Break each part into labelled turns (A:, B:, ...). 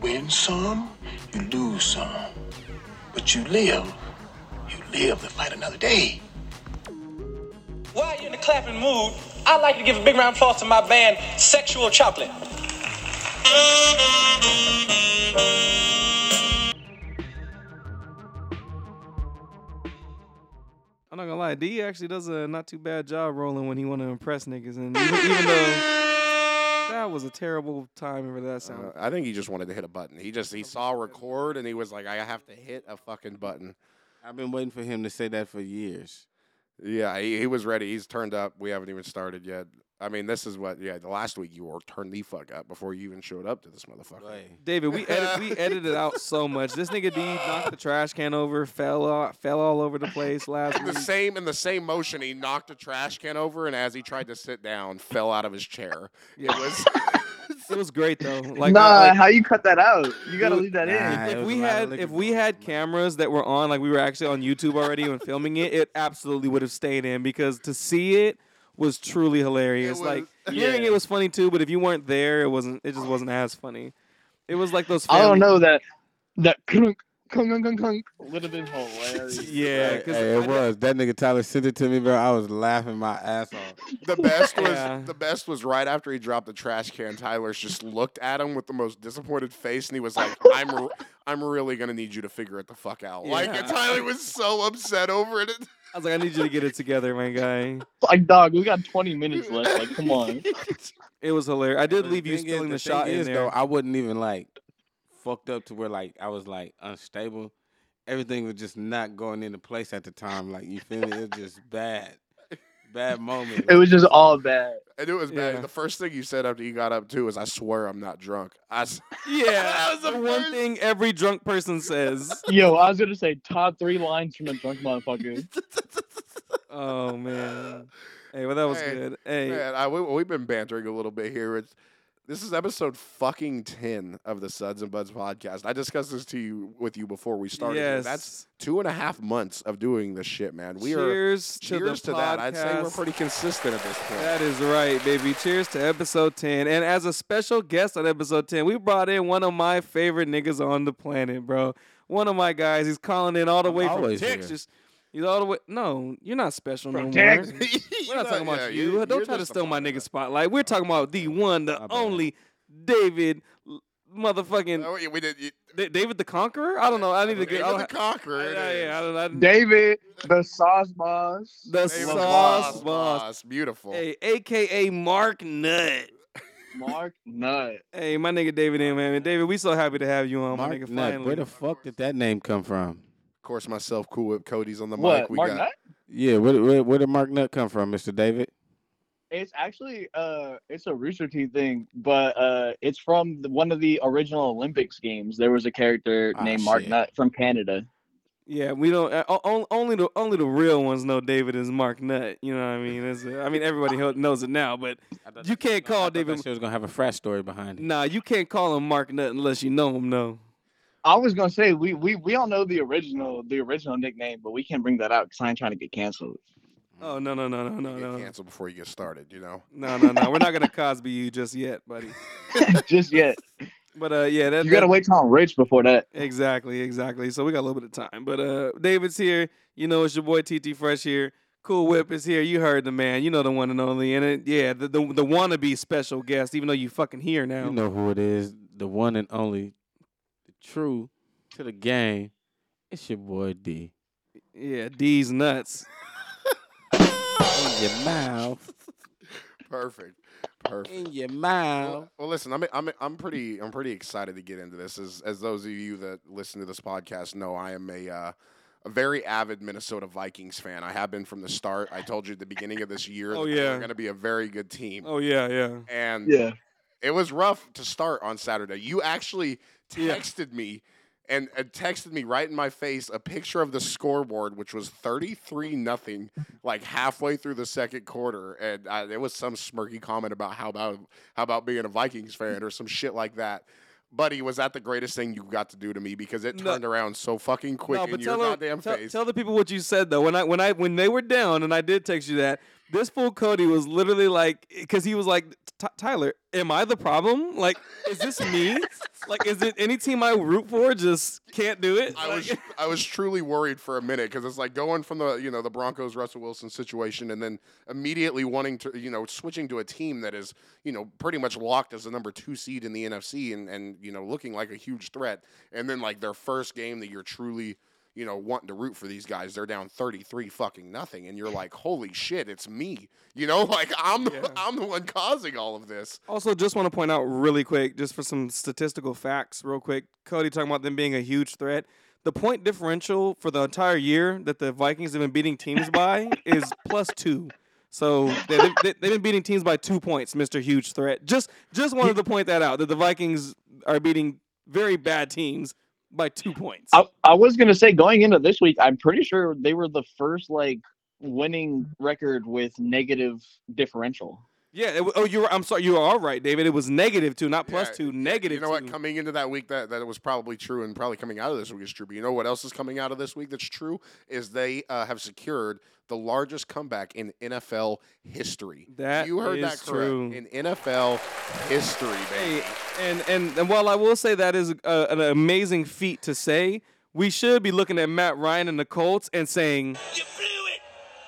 A: win some, you lose some. But you live, you live to fight another day.
B: While you're in the clapping mood, I'd like to give a big round of applause to my band, Sexual Chocolate.
C: I'm not gonna lie, D actually does a not too bad job rolling when he want to impress niggas, and even, even though that was a terrible time for that sound.
D: Uh, I think he just wanted to hit a button. He just he saw record and he was like, I have to hit a fucking button.
E: I've been waiting for him to say that for years.
D: Yeah, he, he was ready. He's turned up. We haven't even started yet. I mean, this is what yeah. The last week you were turned the fuck up before you even showed up to this motherfucker.
C: David, we edit, we edited out so much. This nigga D knocked the trash can over, fell all, fell all over the place last
D: The
C: week.
D: same in the same motion, he knocked a trash can over, and as he tried to sit down, fell out of his chair. It was
C: It was great though. Like,
F: nah,
C: I- like,
F: how you cut that out? You gotta
C: Dude,
F: leave that in.
E: nah. it
C: if
E: was
C: we
E: a lot of
C: had
E: liquor
C: if we
E: going
C: had
E: on.
C: cameras that were on, like we were actually on YouTube already and filming it, it absolutely would have stayed in because to see it was truly hilarious.
D: was-
C: like hearing it was funny too, but if you weren't there, it wasn't. It just wasn't as funny. It was like those.
F: I don't
C: family-
F: know that that clunk clunk clunk clunk would have been hilarious.
C: Yeah,
E: Hey,
C: because
E: hey, it was that nigga Tyler sent it to me, bro. I was laughing my ass off.
D: the best was
C: Yeah.
D: the best was right after he dropped the trash can. Tyler's just looked at him with the most disappointed face, and he was like, "I'm r- I'm really gonna need you to figure it the fuck out." Like
C: Yeah.
D: and Tyler was so upset over it.
C: I was like, I need you to get it together, my guy.
F: Like dog, we got 20 minutes left. Like, come on.
C: It was hilarious. I did
E: But
C: leave you
E: thing is-
C: stealing the,
E: thing
C: shot in
E: is,
C: there.
E: Though, I wasn't even like fucked up to where like I was like unstable. Everything was just not going into place at the time. Like you feel me? It was just bad, bad moment.
F: It was just all bad.
D: And it was bad.
C: Yeah.
D: The first thing you said after you got up too is, "I swear I'm not drunk." I s-
C: yeah,
D: was the
C: the
D: first-
C: one thing every drunk person says.
F: Yo, I was gonna say top three lines from a drunk motherfucker.
C: oh man. Hey, well that was
D: Hey,
C: good. Hey,
D: Man, I, we, we've been bantering a little bit here. It's, this is episode fucking ten of the Suds and Buds podcast. I discussed this to you with you before we started.
C: yes.
D: That's two and a half months of doing this shit, man. We are
C: cheers to, the
D: cheers to that. I'd say we're
C: podcast.
D: pretty consistent at this point.
C: That is right, baby. Cheers to episode 10. And as a special guest on episode 10, we brought in one of my favorite niggas on the planet, bro. One of my guys. He's calling in all the
E: I'm
C: way from
E: always here.
C: Texas. He's all the way. No, you're not special no
F: From
C: more.
F: Texas.
C: We're not talking about
D: Yeah,
C: you.
D: you're-
C: Don't
D: you're
C: try to
D: just a
C: steal my
D: fucking
C: nigga spotlight. We're talking about the one, the
E: My bad.
C: only David l-
D: nut.
C: motherfucking
D: Oh, yeah, we did. You,
C: Da- David the Conqueror? I don't know. I need to
D: David
C: get I
D: the
C: don't-
D: Conqueror. it
C: Yeah, yeah, I
D: is.
C: don't- I don't-
F: David, the sauce boss.
C: The
D: David
F: the
C: sauce
F: Boss
C: boss.
D: Beautiful.
C: Hey, aka Mark Nutt.
F: Mark Nut.
C: Hey, my nigga David in, man. David, we so happy to have you on, my
E: Mark
C: nigga.
E: Nutt,
C: Finally.
E: where the fuck did that name come from?
D: Of course, myself, Cool Whip Cody's on the mic.
F: What?
D: We
F: Mark
D: got
F: Nut?
E: Yeah, where, where, where did Mark Nut come from, Mister David?
F: It's actually uh, it's a Rooster Teeth thing, but uh, it's from the, one of the original Olympics games. There was a character
E: Ah,
F: named Mark
E: shit.
F: Nut from Canada.
C: yeah, we don't. Uh, o- o- only the only the real ones know David is Mark Nutt. You know what I mean? It's, uh, I mean everybody hel- knows it now, but you can't
E: I
C: call
E: thought
C: David.
E: That shit was gonna have a frat story behind it.
C: Nah, you can't call him Mark Nutt unless you know him. No.
F: I was gonna say we we we all know the original the original nickname, but we can't bring that out because I ain't trying to get canceled.
E: Mm.
C: Oh no no no no no
D: get
C: no no
D: canceled before you get started. You know.
C: no no no. We're not gonna Cosby you just yet, buddy.
F: Just yet.
C: But uh, yeah, that,
F: You gotta
C: that-
F: wait till I'm rich before that.
C: Exactly, exactly. So we got a little bit of time. But uh David's here. You know it's your boy TT Fresh here. Cool Whip is here. You heard the man. You know the one and only. And it, yeah, the, the the wannabe special guest, even though you fucking here now.
E: You know who it is, the one and only, the true to the game. It's your boy D.
C: Yeah, D's nuts.
E: In your mouth,
D: Perfect. Perfect.
E: in your
D: Well,
E: mouth.
D: well, listen, I'm I'm I'm pretty I'm pretty excited to get into this. As as those of you that listen to this podcast know, I am a uh, a very avid Minnesota Vikings fan. I have been from the start. I told you at the beginning of this year
C: Oh,
D: that they're
C: yeah.
D: going to be a very good team.
C: Oh yeah, yeah.
D: And
F: Yeah.
D: it was rough to start on Saturday. You actually
C: Yeah.
D: texted me and, and texted me right in my face a picture of the scoreboard, which was 33 nothing, like halfway through the second quarter. And uh, there was some smirky comment about how about how about being a Vikings fan or some shit like that. Buddy, was that the greatest thing you got to do to me because it
C: No.
D: turned around so fucking quick in your
C: her-
D: goddamn
C: tell-
D: face?
C: tell the people what you said though. When I when I when they were down and I did text you that, this fool Cody was literally like, because he was like, Ty Tyler, am I the problem? Like, is this me? like, is it any team I root for just can't do it?
D: I
C: Like-
D: was I was truly worried for a minute because it's like going from the you know the Broncos Russell Wilson situation and then immediately wanting to you know switching to a team that is you know pretty much locked as the number two seed in the NFC and and you know looking like a huge threat and then like their first game that you're truly you know wanting to root for these guys they're down 33 fucking nothing and you're like holy shit it's me you know like I'm the,
C: Yeah.
D: I'm the one causing all of this
C: Also, just want to point out really quick, just for some statistical facts, real quick. Cody talking about them being a huge threat. The point differential for the entire year that the Vikings have been beating teams by is plus two. So they, they, they, have been beating teams by two points, Mister Huge Threat. Just just wanted to point that out that the Vikings are beating very bad teams by two points.
F: I, I was gonna say going into this week, I'm pretty sure they were the first like winning record with negative differential.
C: yeah. It, wa- oh, you. Were, I'm sorry. You are right, David. It was negative two, not plus
D: Yeah,
C: two. Negative.
D: You know what?
C: two.
D: Coming into that week, that that was probably true, and probably coming out of this week is true. But you know what else is coming out of this week that's true is they uh, have secured the largest comeback in NFL history.
C: That
D: you heard that
C: is
D: correct
C: true.
D: in NFL history, baby.
C: Hey, and, and and while I will say that is uh an amazing feat to say, we should be looking at Matt Ryan and the Colts and saying
B: You blew it.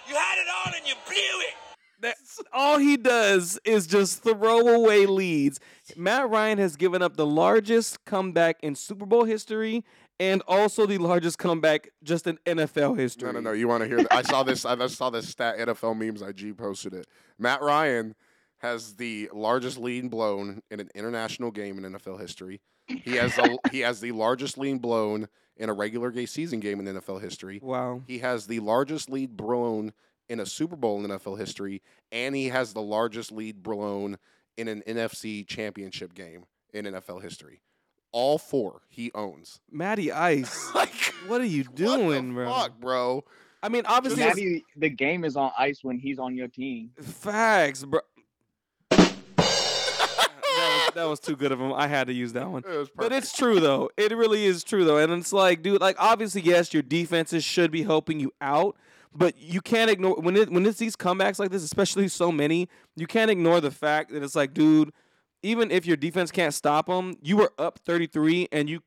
B: You had it all and you blew it.
C: that all he does is just throw away leads. Matt Ryan has given up the largest comeback in Super Bowl history and also the largest comeback just in NFL history.
D: No, no, no. You want to hear? That. I saw this. I just saw this stat. NFL memes. IG posted it. Matt Ryan has the largest lead blown in an international game in NFL history. He has the, he has the largest lead blown in a regular gay season game in NFL history.
C: Wow.
D: He has the largest lead blown in a Super Bowl in NFL history, and he has the largest lead blown in an NFC championship game in NFL history. All four he owns.
C: Matty Ice.
D: Like
C: What are you
D: what the
C: doing, bro?
D: Fuck, bro.
C: I mean, obviously, it's
F: Maddie, the game is on ice when he's on your team.
C: facts, bro. that, was, that was too good of him. I had to use that one.
D: It was
C: But
D: perfect.
C: it's true though. It really is true though. And it's like, dude, like obviously, yes, your defenses should be helping you out, but you can't ignore when it when it's these comebacks like this, especially so many, you can't ignore the fact that it's like, dude, even if your defense can't stop them, you were up 33 and you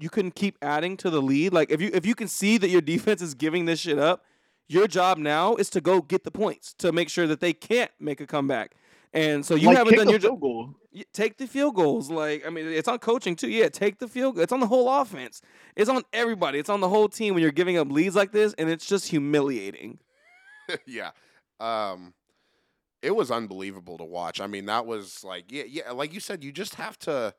C: you couldn't keep adding to the lead. Like if you if you can see that your defense is giving this shit up, your job now is to go get the points to make sure that they can't make a comeback. And so you
F: like,
C: haven't
F: kick
C: done
F: a
C: your job
F: field goal.
C: y- take the field goals. Like I mean, it's on coaching too. Yeah, take the field. It's on the whole offense. It's on everybody. It's on the whole team when you're giving up leads like this, and it's just humiliating.
D: yeah. Um it was unbelievable to watch. I mean, that was like yeah, yeah, like you said you just have to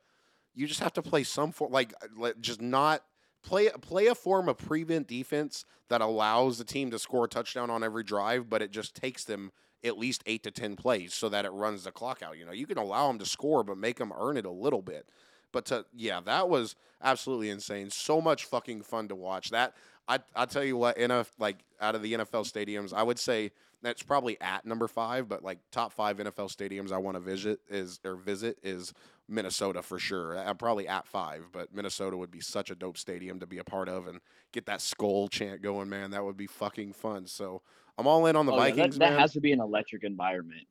D: you just have to play some form like uh, let- just not play play a form of prevent defense that allows the team to score a touchdown on every drive, but it just takes them at least 8 to 10 plays so that it runs the clock out, you know. You can allow them to score but make them earn it a little bit. But to yeah, that was absolutely insane. So much fucking fun to watch. That I I tell you what, NF like out of the NFL stadiums, I would say that's probably at number five, but like top five NFL stadiums I want to visit is or visit is Minnesota for sure. I- I'm probably at five, but Minnesota would be such a dope stadium to be a part of and get that skull chant going, man. That would be fucking fun. So I'm all in on the
F: Oh, yeah, that-
D: Vikings,
F: that,
D: man.
F: has to be an electric environment.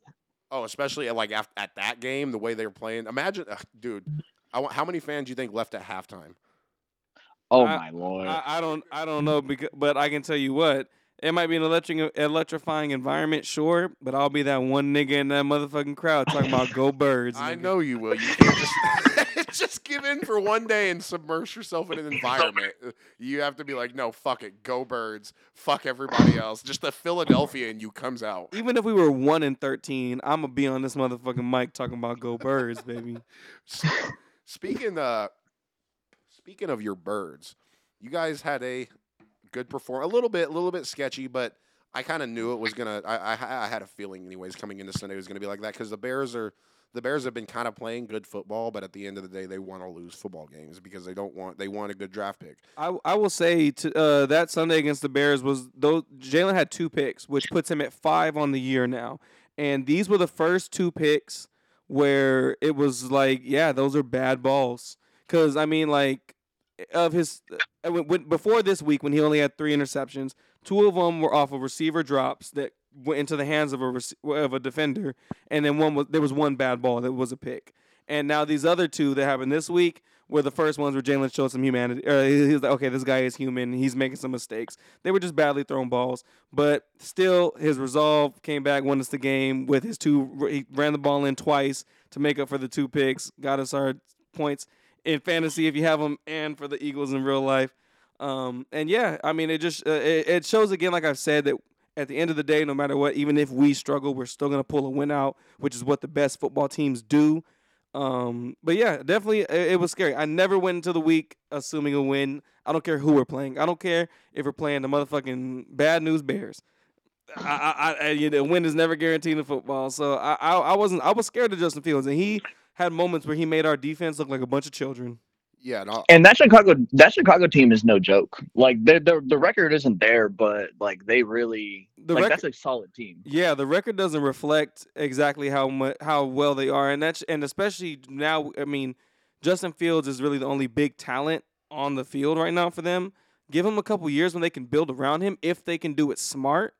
D: Oh, especially at, like at, at that game, the way they were playing. Imagine, ugh, dude, I want, how many fans do you think left at halftime?
F: Oh
C: I-
F: my lord!
C: I, I don't, I don't know, becau- but I can tell you what. It might be an electric, electrifying environment, sure, but I'll be that one nigga in that motherfucking crowd talking about go birds.
D: I
C: nigga.
D: know you will. You can't just, just give in for one day and submerge yourself in an environment. You have to be like, no, fuck it, go birds, fuck everybody else. Just the Philadelphia in you comes out.
C: Even if we were one in thirteen, I'm gonna be on this motherfucking mic talking about go birds, baby.
D: S- Speaking uh, speaking of your birds, you guys had a good perform, a little bit, a little bit sketchy, but I kind of knew it was gonna. I, I I had a feeling, anyways, coming into Sunday it was gonna be like that because the Bears are the Bears have been kind of playing good football, but at the end of the day, they want to lose football games because they don't want they want a good draft pick.
C: I, I will say to, uh, that Sunday against the Bears was though Jalen had two picks, which puts him at five on the year now. And these were the first two picks where it was like, yeah, those are bad balls. Because I mean, like of his uh, when, when, before this week when he only had three interceptions, two of them were off of receiver drops that went into the hands of a rec- of a defender, and then one was there was one bad ball that was a pick, and now these other two that happened this week were the first ones where Jalen showed some humanity. Or he he was like, okay, this guy is human. He's making some mistakes. They were just badly thrown balls, but still his resolve came back, won us the game with his two. He ran the ball in twice to make up for the two picks, got us our points in fantasy if you have them, and for the Eagles in real life. Um, and yeah, I mean, it just uh, it, it shows again, like I've said, that at the end of the day, no matter what, even if we struggle, we're still gonna pull a win out, which is what the best football teams do. Um, but yeah, definitely, it, it was scary. I never went into the week assuming a win. I don't care who we're playing. I don't care if we're playing the motherfucking bad news Bears. I, I, I you know, win is never guaranteed in football. So I, I, I wasn't. I was scared of Justin Fields, and he had moments where he made our defense look like a bunch of children.
D: Yeah, and I'll,
F: And that Chicago that Chicago team is no joke. Like the the the record isn't there, but like they really
C: The
F: like
C: record-
F: that's a solid team.
C: Yeah, the record doesn't reflect exactly how much how well they are, and that's and especially now. I mean, Justin Fields is really the only big talent on the field right now for them. Give him a couple years when they can build around him if they can do it smart.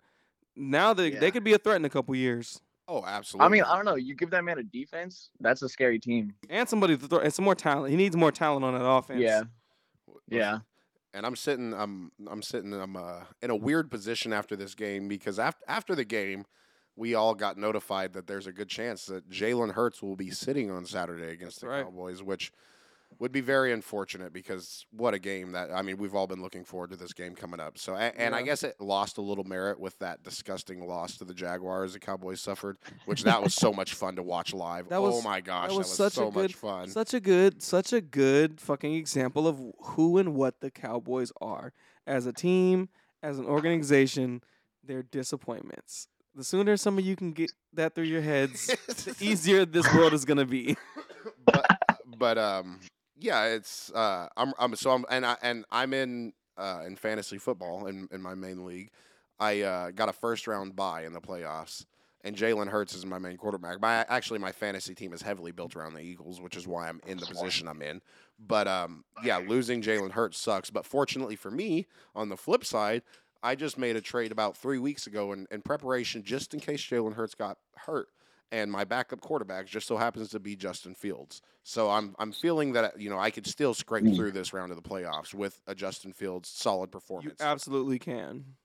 C: Now they
F: Yeah.
C: they could be a threat in a couple years,
D: oh, absolutely.
F: I mean, I don't know. You give that man a defense, that's a scary team.
C: and somebody to throw and some more talent. He needs more talent on that offense.
F: Yeah, yeah.
D: and I'm sitting I'm I'm sitting I'm uh, in a weird position after this game because after after the game we all got notified that there's a good chance that Jalen Hurts will be sitting on Saturday against the
C: Right.
D: Cowboys, which would be very unfortunate because what a game that I mean we've all been looking forward to this game coming up. So a- and, I
C: Yeah.
D: guess it lost a little merit with that disgusting loss to the Jaguars the Cowboys suffered, which that was so much fun to watch live.
C: That
D: oh
C: was-
D: my gosh, that
C: was
D: was,
C: such a
D: so much
C: good-
D: fun.
C: Such a good, such a good fucking example of who and what the Cowboys are as a team, as an organization. Their disappointments. The sooner some of you can get that through your heads, the easier this world is gonna be.
D: but but um yeah it's uh i'm i'm so i'm and i and i'm in uh in fantasy football in in my main league i uh got a first round bye in the playoffs and Jalen Hurts is my main quarterback. My actually my fantasy team is heavily built around the Eagles, which is why I'm in the position I'm in. But um, yeah, losing Jalen Hurts sucks. But fortunately for me, on the flip side, I just made a trade about three weeks ago in, in preparation just in case Jalen Hurts got hurt. And my backup quarterback just so happens to be Justin Fields. So I'm I'm feeling that you know I could still scrape
F: Mm.
D: through this round of the playoffs with a Justin Fields solid
C: You
D: performance.
C: absolutely can.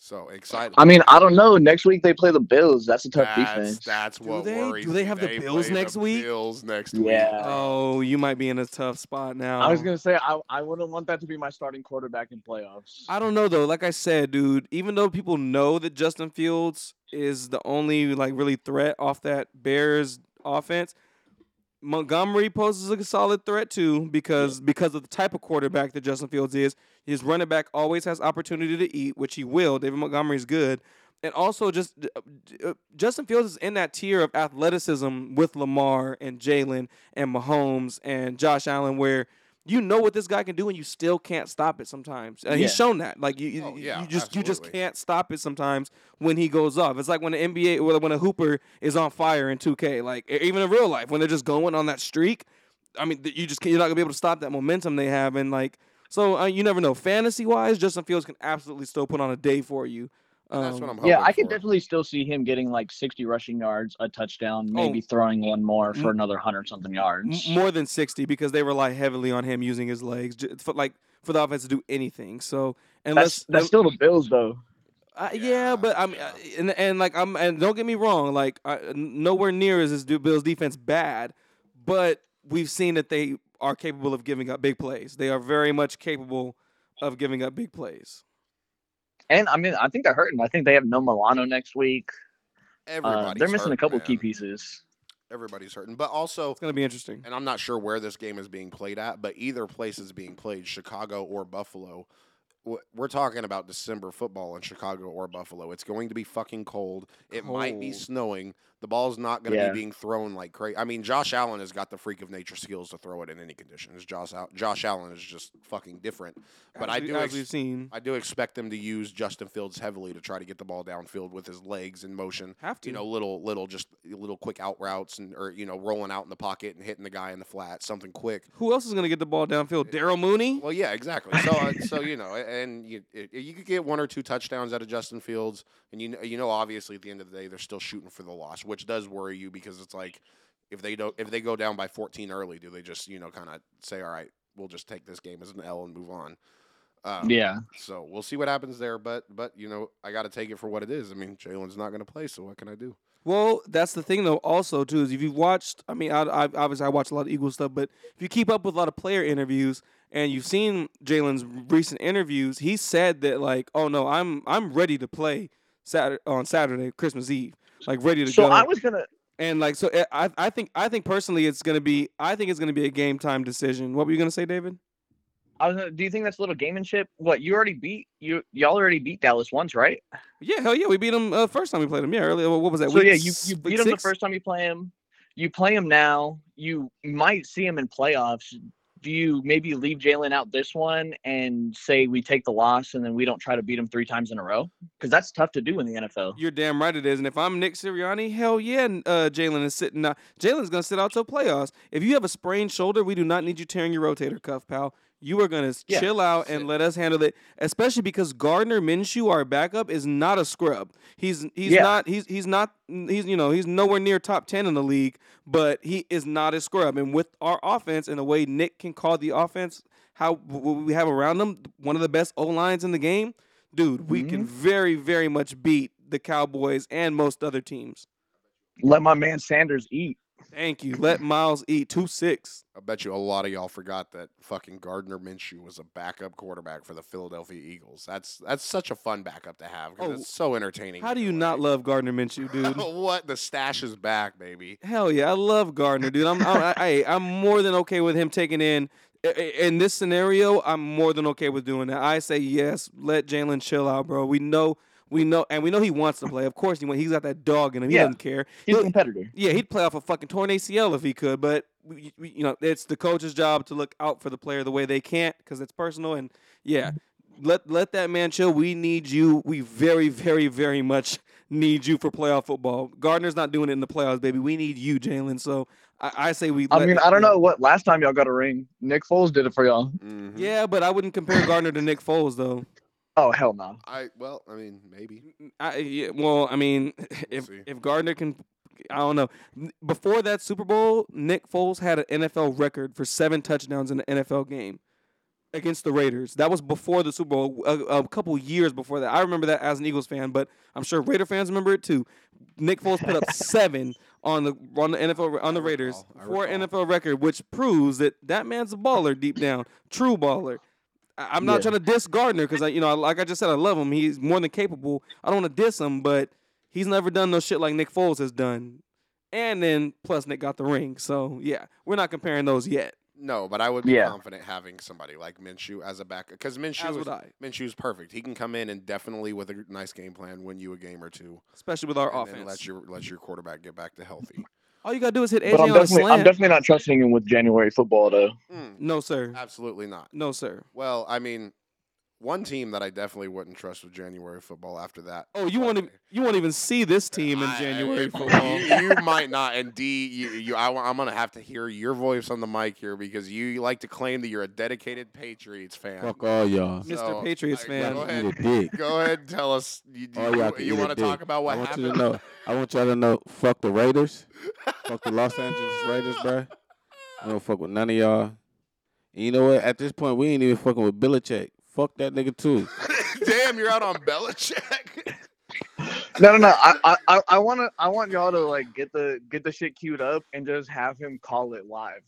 D: so excited.
F: I mean, I don't know. Next week they play the Bills. That's a tough
D: That's
F: defense.
D: that's what
C: they? Do
D: worries
C: they
D: me.
C: have the Bills
D: play
C: next week?
D: Bills next
F: Yeah.
D: week.
C: Oh, you might be in a tough spot now.
F: Uh, I was gonna say I, I wouldn't want that to be my starting quarterback in playoffs.
C: I don't know though. Like I said, dude, even though people know that Justin Fields is the only like really threat off that Bears offense, Montgomery poses a solid threat too because because of the type of quarterback that Justin Fields is. His running back always has opportunity to eat, which he will. David Montgomery's good. And also, just uh, Justin Fields is in that tier of athleticism with Lamar and Jalen and Mahomes and Josh Allen, where you know what this guy can do and you still can't stop it sometimes. And
F: Yeah.
C: he's shown that. Like you, you,
D: Oh, yeah,
C: you just you just
D: absolutely.
C: can't stop it sometimes when he goes off. It's like when an NBA or when a hooper is on fire in 2K, like e- even in real life when they're just going on that streak. I mean, th- you just can't, you're not gonna be able to stop that momentum they have, and like so uh, you never know. Fantasy wise, Justin Fields can absolutely still put on a day for you. Um,
D: That's what I'm hoping.
F: yeah, I
D: for.
F: could definitely still see him getting like 60 rushing yards, a touchdown, maybe
C: Oh.
F: throwing one more
C: M-
F: for another 100 something
C: M-
F: yards.
C: more than 60 because they rely heavily on him using his legs j- for like for the offense to do anything. So
F: that's
C: unless
F: that's still the Bills though.
C: Uh, yeah,
D: Yeah,
C: but I'm
D: yeah.
C: and and like I'm and don't get me wrong, like I, n- nowhere near is this Du- Bills defense bad, but we've seen that they are capable of giving up big plays. They are very much capable of giving up big plays.
F: And I mean, I think they're hurting. I think they have no Milano next week. Uh,
D: Everybody's
F: they're missing a
D: hurting,
F: couple
D: man.
F: key pieces.
D: Everybody's hurting, but also,
C: It's gonna be interesting.
D: and I'm not sure where this game is being played at, but either place is being played, Chicago or Buffalo. W- We're talking about December football in Chicago or Buffalo. It's going to be fucking cold. It might be
C: Cold.
D: snowing. The ball's not going to
F: Yeah.
D: be being thrown like crazy. I mean, Josh Allen has got the freak of nature skills to throw it in any conditions. Josh Al- Josh Allen is just fucking different. But
C: as
D: I
C: we-
D: do
C: as
D: ex-
C: we've seen,
D: I do expect them to use Justin Fields heavily to try to get the ball downfield with his legs in motion.
C: have to.
D: You know, little little just little quick out routes and or you know rolling out in the pocket and hitting the guy in the flat, something quick.
C: Who else is gonna get the ball downfield? Daryl Mooney.
D: Well, yeah, exactly. So uh, so you know, i- i- and you it, you could get one or two touchdowns out of Justin Fields, and you kn- you know obviously at the end of the day they're still shooting for the loss, which does worry you because it's like if they don't if they go down by 14 early, do they just you know kind of say all right we'll just take this game as an L and move on? Um,
F: Yeah.
D: So we'll see what happens there, but but you know I got to take it for what it is. I mean Jalen's not going to play, so what can I do?
C: Well, that's the thing though. Also, too, is if you've watched, I mean, I, I obviously I watch a lot of Eagles stuff, but if you keep up with a lot of player interviews and you've seen Jalen's recent interviews, he said that like, oh no, I'm I'm ready to play Saturday on Saturday, Christmas Eve, like ready to
F: So
C: go.
F: I was gonna.
C: and like, so eh, I- I I think I think personally it's gonna be I think it's gonna be a game time decision. What were you gonna say, David?
F: I was. Gonna, do you think that's a little gamesmanship? What you already beat you y'all already beat Dallas once, right?
C: Yeah, hell yeah, we beat him uh, first time we played him. Yeah, earlier. What was that?
F: So
C: week
F: yeah, you
C: s-
F: you
C: week
F: beat him the
C: six?
F: first time you play him. You play him now. You might see him in playoffs. Do you maybe leave Jalen out this one and say we take the loss and then we don't try to beat him three times in a row? Because that's tough to do in the NFL.
C: You're damn right it is. And if I'm Nick Sirianni, hell yeah, n- uh, Jalen is sitting out. Jalen's gonna sit out till playoffs. If you have a sprained shoulder, we do not need you tearing your rotator cuff, pal. You are gonna s-
F: Yeah,
C: chill out and
D: sit.
C: let us handle it, especially because Gardner Minshew, our backup, is not a scrub. He's he's
F: Yeah.
C: not he's he's not he's you know he's nowhere near top ten in the league, but he is not a scrub. And with our offense and the way Nick can call the offense, how w- w- we have around them, one of the best O lines in the game, dude, we
F: Mm-hmm.
C: can very, very much beat the Cowboys and most other teams.
F: Let my man Sanders eat.
C: Thank you. Let Miles eat two six.
D: I bet you a lot of y'all forgot that fucking Gardner Minshew was a backup quarterback for the Philadelphia Eagles. That's that's such a fun backup to have because
C: Oh,
D: it's so entertaining.
C: How do
D: either
C: you
D: way.
C: not love Gardner Minshew, dude?
D: what the stash is back, baby.
C: Hell yeah, I love Gardner, dude. I'm I'm, I, I- I'm more than okay with him taking in. i- i- In this scenario, I'm more than okay with doing that. I say yes. Let Jalen chill out, bro. We know, we know, and we know he wants to play. Of course, he wants. He's got that dog in him. He
F: Yeah.
C: doesn't care.
F: He's a
C: He'll-
F: competitor.
C: Yeah, he'd play off a fucking torn ACL if he could, but we, we, you know it's the coach's job to look out for the player the way they can't because it's personal. And yeah, let let that man chill. We need you. We very very very much need you for playoff football. Gardner's not doing it in the playoffs, baby. We need you, Jalen. So I, I say we.
F: I
C: let-
F: mean, I don't
C: yeah.
F: know what last time y'all got a ring. Nick Foles did it for y'all.
D: Mhm.
C: Yeah, but I wouldn't compare Gardner to Nick Foles though.
F: Oh hell no.
D: I well, I mean, maybe.
C: I yeah, well, I mean, if
D: see.
C: if Gardner can, I don't know. N- Before that Super Bowl, Nick Foles had an NFL record for seven touchdowns in an NFL game against the Raiders. That was before the Super Bowl, a, a couple years before that. I remember that as an Eagles fan, but I'm sure Raider fans remember it too. Nick Foles put up seven on the on the NFL on the Raiders
D: recall, I
C: for an
D: recall.
C: NFL record, which proves that that man's a baller deep down, true baller. I- I'm not
F: Yeah.
C: trying to diss Gardner because I, you know, I- like I just said, I love him. He's more than capable. I don't want to diss him, but he's never done no shit like Nick Foles has done. And then plus Nick got the ring, so yeah, we're not comparing those yet.
D: No, but I would be
F: Yeah.
D: confident having somebody like Minshew as a backup because Minshew
C: As
D: is,
C: would I,
D: Minshew's perfect. He can come in and definitely with a nice game plan win you a game or two,
C: especially with our
D: and then
C: offense.
D: let your let your quarterback get back to healthy.
C: All you gotta do is hit AJ
F: But I'm
C: on a
F: definitely, I'm
C: slant.
F: definitely not trusting him with January football though.
D: Mm,
C: no sir,
D: absolutely not.
C: no sir.
D: Well, I mean, one team that I definitely wouldn't trust with January football after that.
C: Oh, you want to
D: Friday.
C: you won't even see this team in
D: I-
C: January
D: I-
C: football.
D: You, you might not, and D, you, you, I, am gonna have to hear your voice on the mic here because you like to claim that you're a dedicated Patriots fan.
E: Fuck all y'all.
C: Mr. Patriots
D: I-
C: fan.
D: Go
E: Eat a
D: ahead,
E: dick.
D: go ahead and tell us. You,
E: All y'all can
D: you, you
E: eat a
D: want to
E: dick.
D: talk about
E: I
D: what
E: want
D: happened?
E: you to know. I want y'all to know. Fuck the Raiders. fuck the Los Angeles Raiders, bro. I don't fuck with none of y'all. And you know what? At this point, we ain't even fucking with Belichick. Fuck that nigga too.
D: Damn, you're out on Belichick.
F: No, no, no. I, I- I, I want to, I want y'all to like get the, get the shit queued up and just have him call it live.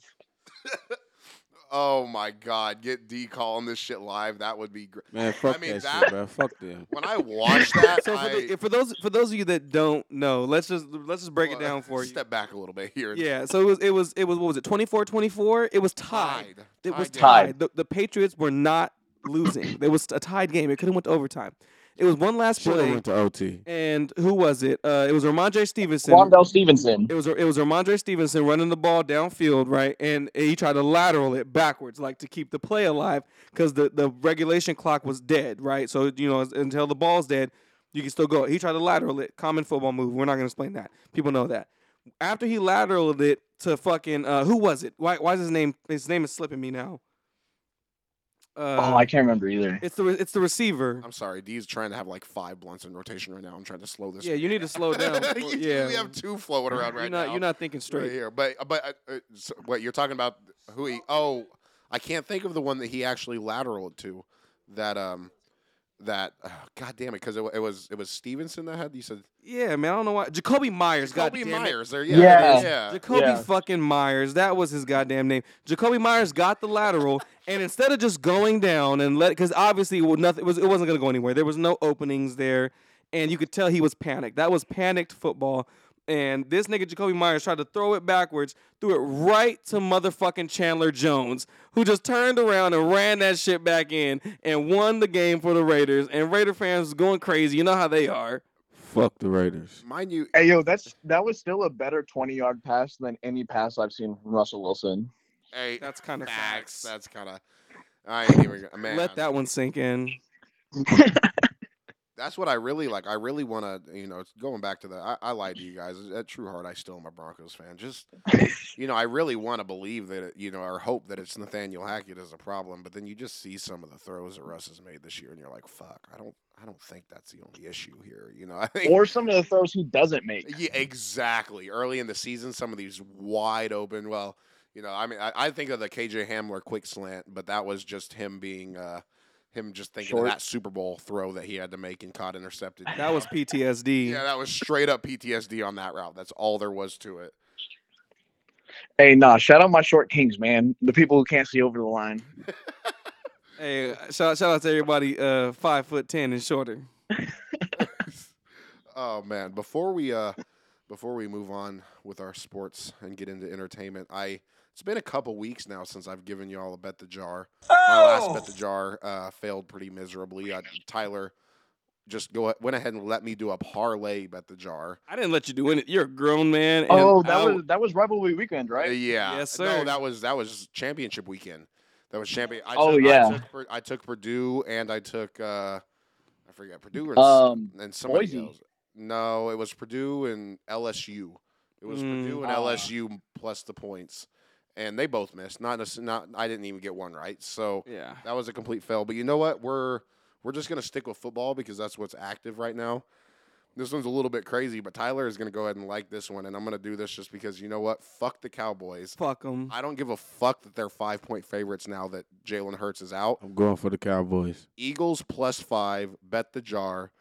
D: oh my God, get D calling this shit live. That would be great.
E: Man, fuck
D: mean,
E: that,
D: that-
E: shit, bro. Fuck them.
D: When I watched that,
C: So for,
D: I,
C: the, for those for those of you that don't know, let's just let's just break it
D: well,
C: down for you.
D: Step back a little bit here.
C: Yeah, so it was it was it was what was it 24-24? It was tied.
D: Tied.
C: It was
D: game.
F: Tied.
C: tied. The, the Patriots were not losing. It was a tied game. It could have went to overtime. It was one last
E: Should have
C: play,
E: went to OT.
C: and who was it? Uh, it was Ramondre Stevenson.
F: Rondell Stevenson.
C: It was it was Ramondre Stevenson running the ball downfield, right, and he tried to lateral it backwards, like to keep the play alive, because the the regulation clock was dead, right. So you know until the ball's dead, you can still go. He tried to lateral it, common football move. We're not gonna explain that. People know that. After he lateraled it to fucking uh, who was it? Why why is his name? His name is slipping me now. Uh,
F: oh, I can't remember either.
C: it's the re- it's the receiver.
D: I'm sorry, D's trying to have like five blunts in rotation right now. I'm trying to slow this.
C: Yeah, you need to slow down.
D: you,
C: yeah,
D: we have two floating around right
C: you're not
D: now.
C: you're not thinking
D: right
C: straight.
D: here. But but uh, uh, so, what you're talking about? Who he? Oh, I can't think of the one that he actually lateraled to. That um, that oh, god damn it, because it, wa- it was it was Stevenson that had. You said
C: Yeah, man, I don't know why. Jacoby Myers.
D: Jacoby
C: goddamn it.
D: Myers. There, yeah, there it is, yeah.
C: Jacoby
F: Yeah.
C: fucking Myers. That was his goddamn name. Jacoby Myers got the lateral, and instead of just going down and let, because obviously it, wa- nothing, it, was, it wasn't going to go anywhere. There was no openings there, and you could tell he was panicked. That was panicked football. And this nigga Jacoby Myers tried to throw it backwards, threw it right to motherfucking Chandler Jones, who just turned around and ran that shit back in and won the game for the Raiders. And Raider fans was going crazy. You know how they are.
E: Fuck the Raiders.
D: Mind you,
F: Hey yo, that's that was still a better twenty yard pass than any pass I've seen from Russell Wilson.
D: hey,
C: That's kind of facts.
D: facts. That's kind of. All right, here we go. Man,
C: Let that one sink in.
D: that's what I really like. I really want to, you know, it's going back to that. I, I lied to you guys. At true heart, I still am a Broncos fan. Just, you know, I really want to believe that, it, you know, or hope that it's Nathaniel Hackett is a problem. But then you just see some of the throws that Russ has made this year, and you're like, fuck, I don't, I don't think that's the only issue here. You know, I think.
F: Or some of the throws he doesn't make.
D: yeah, exactly. Early in the season, some of these wide open. Well, you know, I mean, I, I think of the KJ Hamler quick slant, but that was just him being, uh, him just thinking
F: Short.
D: of that Super Bowl throw that he had to make and caught intercepted. you
C: That
D: know?
C: was PTSD.
D: Yeah, that was straight up PTSD on that route. That's all there was to it.
F: Hey, nah, shout out my short kings, man. The people who can't see over the line.
C: Hey, shout, shout out to everybody uh, five foot ten and shorter.
D: Oh man, before we uh before we move on with our sports and get into entertainment, I it's been a couple weeks now since I've given y'all a bet the jar. My last
C: Oh!
D: bet the jar uh, failed pretty miserably. Uh, Tyler just go went ahead and let me do a parlay bet the jar. Uh,
C: I didn't let you do any. You're a grown man. and
F: Oh, that
C: I-
F: was that was rivalry weekend,
D: Uh,
F: right?
D: yeah.
C: Yes,
D: No,
C: sir.
D: that was that was championship weekend. That was champion. I
F: Oh,
D: took,
F: yeah.
D: I took, Pur- I took Purdue and I took uh, I forget Purdue or s-
F: Um,
D: and somebody
F: Boise.
D: else. No, it was Purdue and LSU. It was
C: Mm.
D: Purdue and
F: Ah.
D: LSU plus the points, and they both missed. Not a s not I didn't even get one right. So
C: Yeah.
D: that was a complete fail. But you know what? We're we're just gonna stick with football because that's what's active right now. This one's a little bit crazy, but Tyler is gonna go ahead and like this one, and I'm gonna do this just because you know what? Fuck the Cowboys.
C: Fuck them.
D: I don't give a fuck that they're five point favorites now that Jalen Hurts is out.
E: I'm going for the Cowboys.
D: Eagles plus five. Bet the jar.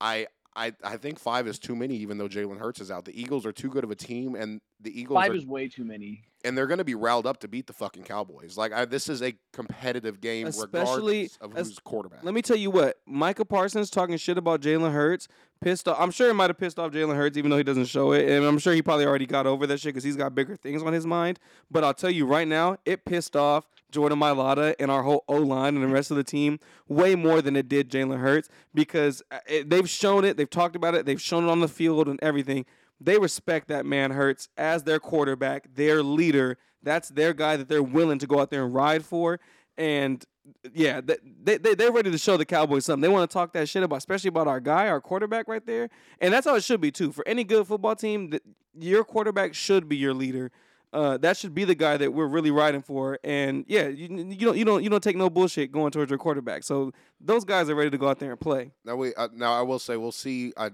D: I I I think five is too many, even though Jalen Hurts is out. The Eagles are too good of a team, and the Eagles
F: Five
D: are,
F: is way too many.
D: and they're going to be riled up to beat the fucking Cowboys. Like I, this is a competitive game,
C: Especially-
D: regardless of
C: es-
D: who's quarterback.
C: Let me tell you what. Micah Parsons talking shit about Jalen Hurts. Pissed off. I'm sure it might have pissed off Jalen Hurts, even though he doesn't show it. And I'm sure he probably already got over that shit because he's got bigger things on his mind. But I'll tell you right now, it pissed off Jordan Mailata and our whole O line and the rest of the team way more than it did Jalen Hurts because uh, it, they've shown it. They've talked about it. They've shown it on the field and everything. They respect that man Hurts as their quarterback, their leader. That's their guy that they're willing to go out there and ride for. And yeah, th- they, they they're ready to show the Cowboys something. They want to talk that shit about, especially about our guy, our quarterback right there. And that's how it should be too. For any good football team, th- your quarterback should be your leader. Uh, that should be the guy that we're really riding for. And yeah, you, you don't you don't you don't take no bullshit going towards your quarterback. So those guys are ready to go out there and play.
D: Now we uh, now I will say we'll see. I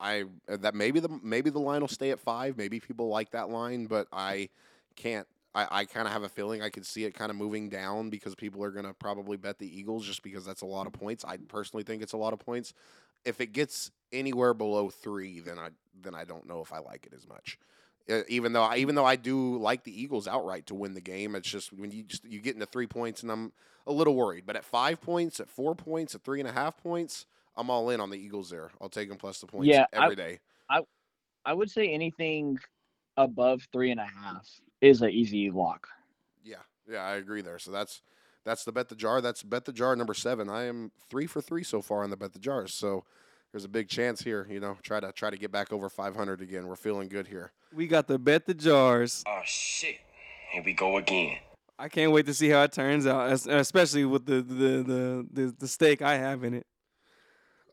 D: I uh, that maybe the maybe the line will stay at five. Maybe people like that line, but I can't. I, I kind of have a feeling I could see it kind of moving down because people are going to probably bet the Eagles just because that's a lot of points. I personally think it's a lot of points. If it gets anywhere below three, then I then I don't know if I like it as much. Uh, even though I, even though I do like the Eagles outright to win the game, it's just when you just you get into three points and I'm a little worried. But at five points, at four points, at three and a half points, I'm all in on the Eagles there. I'll take them plus the points
F: Yeah, I-
D: every day.
F: I would say anything above three and a half is an easy lock.
D: Yeah, yeah, I agree there. So that's that's the bet the jar. That's bet the jar number seven. I am three for three so far on the bet the jars. So there's a big chance here. You know, try to try to get back over 500 again. We're feeling good here.
C: We got the bet the jars.
B: Oh shit. Here we go again.
C: I can't wait to see how it turns out, es- especially with the the the the, the stake I have in it.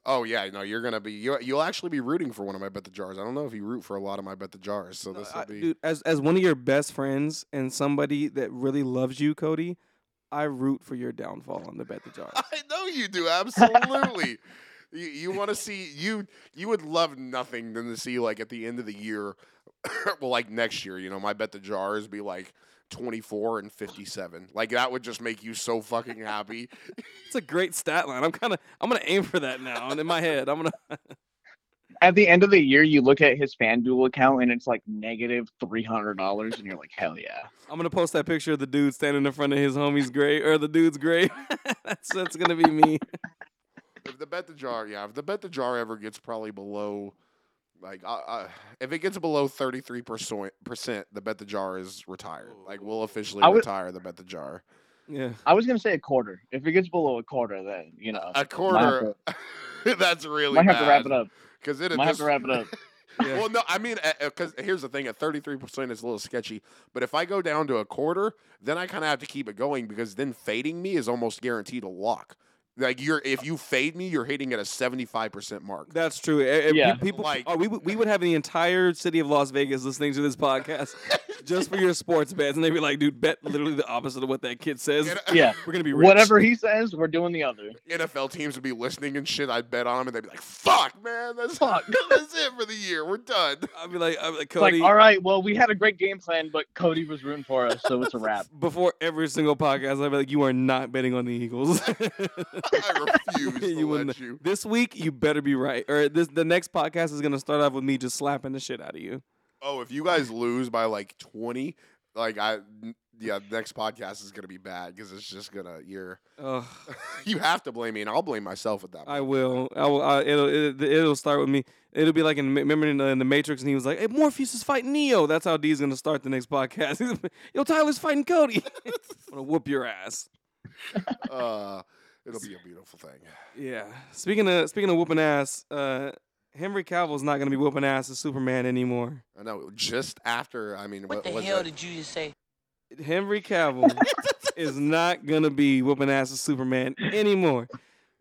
D: Oh yeah, no, you're gonna be you. You'll actually be rooting for one of my bet the jars. I don't know if you root for a lot of my bet the jars. So
C: No,
D: this
C: I-
D: will be.
C: dude, as as one of your best friends and somebody that really loves you, Cody. I root for your downfall on the bet the jar.
D: I know you do. Absolutely. you you want to see you you would love nothing than to see like at the end of the year, well like next year. You know, my bet the jars be like. 24 and 57. Like that would just make you so fucking happy.
C: It's a great stat line. I'm kind of I'm gonna aim for that now. And in my head, I'm gonna
F: At the end of the year, you look at his FanDuel account and it's like negative three hundred dollars, and you're like, hell yeah.
C: I'm gonna post that picture of the dude standing in front of his homie's grave or the dude's grave. that's that's gonna be me.
D: If the bet the jar, yeah, if the bet the jar ever gets probably below like uh, uh, if it gets below 33%, percent, the bet the jar is retired. Like we'll officially
F: I would-
D: retire the bet the jar.
C: Yeah.
F: I was gonna say a quarter. If it gets below a quarter, then you know
D: A quarter. That's really
F: might have to wrap
D: bad.
F: it up.
D: Cuz it at
F: Might have
D: this-
F: to wrap it up.
C: Yeah.
D: Well, no, I mean, because here's the thing: at 33 percent, it's a little sketchy. But if I go down to a quarter, then I kind of have to keep it going because then fading me is almost guaranteed a lock. Like you're, if you fade me, you're hitting at a 75 percent mark.
C: That's true. Eh, eh,
F: Yeah.
C: pe- People,
D: Like-
C: oh, we, would- we would have the entire city of Las Vegas listening to this podcast just for your sports bets, and they'd be like, "Dude, bet literally the opposite of what that kid says.
D: And-
F: Yeah.
C: We're gonna be rich.
F: Whatever he says, we're doing the other.
D: NFL teams would be listening and shit. I'd bet on them, and they'd be like, "Fuck, man, that's
F: Fuck.
D: that's it for the year. We're done."
C: I'd be like, I'd be like
F: It's like,
C: Cody.
F: all right, well, we had a great game plan, but Cody was rooting for us, so it's a wrap.
C: Before every single podcast, I'd be like, "You are not betting on the Eagles
D: I refuse to
C: You
D: let
C: wouldn't-
D: you.
C: this week. You better be right, or this the next podcast is gonna start off with me just slapping the shit out of you."
D: Oh, if you guys lose by like 20, like I, yeah, next podcast is gonna be bad because it's just gonna you're
C: Ugh.
D: you have to blame me, and I'll blame myself at that.
C: I will. I will. I, it'll it, it'll start with me. It'll be like in remember in, uh, in the Matrix, and he was like, "Hey, Morpheus is fighting Neo." That's how D's gonna start the next podcast. Yo, Tyler's fighting Cody. I'm gonna whoop your ass.
D: uh, it'll be a beautiful thing.
C: Yeah. Speaking of speaking of whooping ass, uh, Henry Cavill's not gonna be whooping ass as Superman anymore.
D: I know. Just after, I mean, what,
G: What the
D: was
G: hell
D: that?
G: did you just say?
C: Henry Cavill is not gonna be whooping ass as Superman anymore.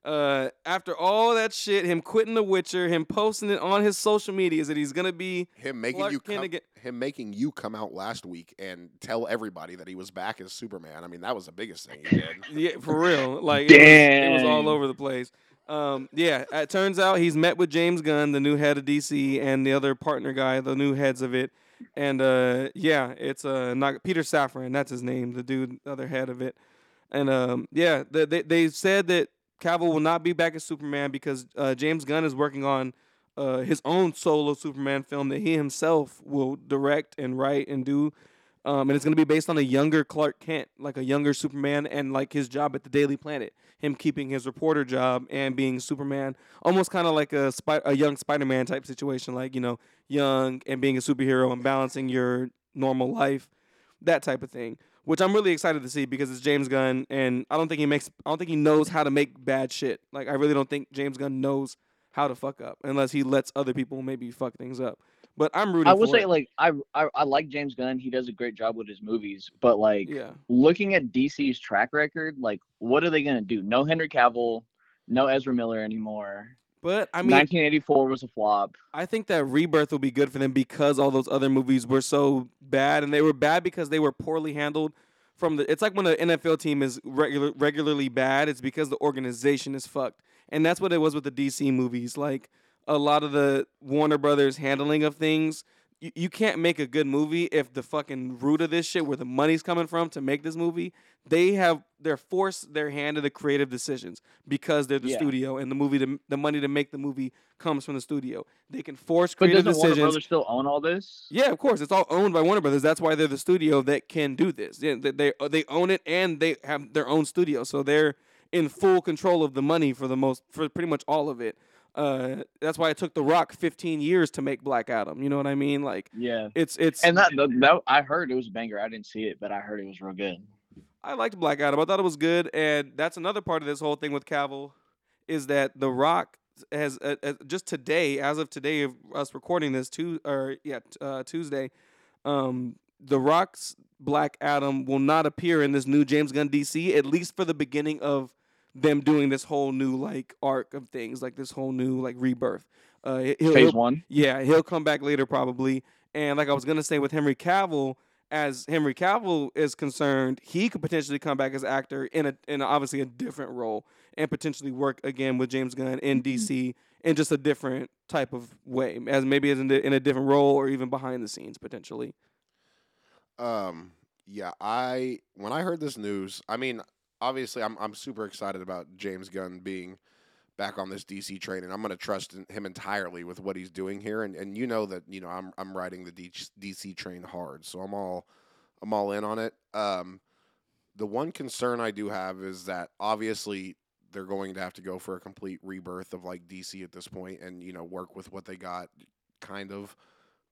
C: Uh, after all that shit, him quitting The Witcher, him posting it on his social medias that he's gonna be
D: him making
C: Clark
D: you
C: Kent
D: come,
C: again.
D: him making you come out last week and tell everybody that he was back as Superman. I mean, that was the biggest thing he did.
C: Yeah, for real. Like it was, it was all
F: Dang.
C: over the place. Um, yeah, it turns out he's met with James Gunn, the new head of DC, and the other partner guy, the new heads of it. And uh, yeah, it's uh, not Peter Safran. That's his name, the dude, the other head of it. And um, yeah, they, they they said that Cavill will not be back as Superman because uh, James Gunn is working on uh, his own solo Superman film that he himself will direct and write and do. Um, and it's going to be based on a younger Clark Kent, like a younger Superman, and like his job at the Daily Planet, him keeping his reporter job and being Superman, almost kind of like a spy- a young Spider Man type situation, like you know, young and being a superhero and balancing your normal life, that type of thing. Which I'm really excited to see because it's James Gunn, and I don't think he makes, I don't think he knows how to make bad shit. Like I really don't think James Gunn knows how to fuck up unless he lets other people maybe fuck things up. But I'm rooting.
F: I will
C: for
F: say,
C: it.
F: like, I, I I like James Gunn. He does a great job with his movies, but like,
C: yeah.
F: looking at DC's track record, like, what are they gonna do? No Henry Cavill, no Ezra Miller anymore.
C: But I mean,
F: 1984 was a flop.
C: I think that Rebirth will be good for them because all those other movies were so bad, and they were bad because they were poorly handled. From the, it's like when an NFL team is regular, regularly bad. It's because the organization is fucked, and that's what it was with the DC movies. Like a lot of the Warner Brothers handling of things, you, you can't make a good movie if the fucking root of this shit, where the money's coming from to make this movie, they have they're forced their hand to the creative decisions because they're the
F: Yeah.
C: studio and the movie, to, the money to make the movie comes from the studio. They can force
F: But
C: creative
F: doesn't Warner
C: decisions.
F: Brothers still own all this?
C: Yeah, of course, it's all owned by Warner Brothers. That's why they're the studio that can do this. Yeah, they they, they own it and they have their own studio, so they're in full control of the money for the most for pretty much all of it. Uh, that's why it took The Rock 15 years to make Black Adam. You know what I mean? Like
F: Yeah.
C: it's it's.
F: And that, that, that I heard it was a banger. I didn't see it, but I heard it was real good.
C: I liked Black Adam. I thought it was good, and that's another part of this whole thing with Cavill is that The Rock has uh, uh, just today, as of today of us recording this, tu- or yeah, t- uh, Tuesday, um, The Rock's Black Adam will not appear in this new James Gunn DC at least for the beginning of them doing this whole new like arc of things, like this whole new like rebirth. Uh, he- he'll-
F: Phase
C: he'll-
F: one.
C: yeah, he'll come back later probably. And like I was gonna say with Henry Cavill, as Henry Cavill is concerned, he could potentially come back as actor in a in obviously a different role and potentially work again with James Gunn in DC in just a different type of way, as maybe as in, the, in a different role or even behind the scenes potentially.
D: Um, yeah, I when I heard this news, I mean, obviously, I'm I'm super excited about James Gunn being back on this DC train, and I'm going to trust in, him entirely with what he's doing here. And and you know that you know I'm I'm riding the DC DC train hard, so I'm all I'm all in on it. Um, the one concern I do have is that obviously they're going to have to go for a complete rebirth of like DC at this point, and you know work with what they got, kind of.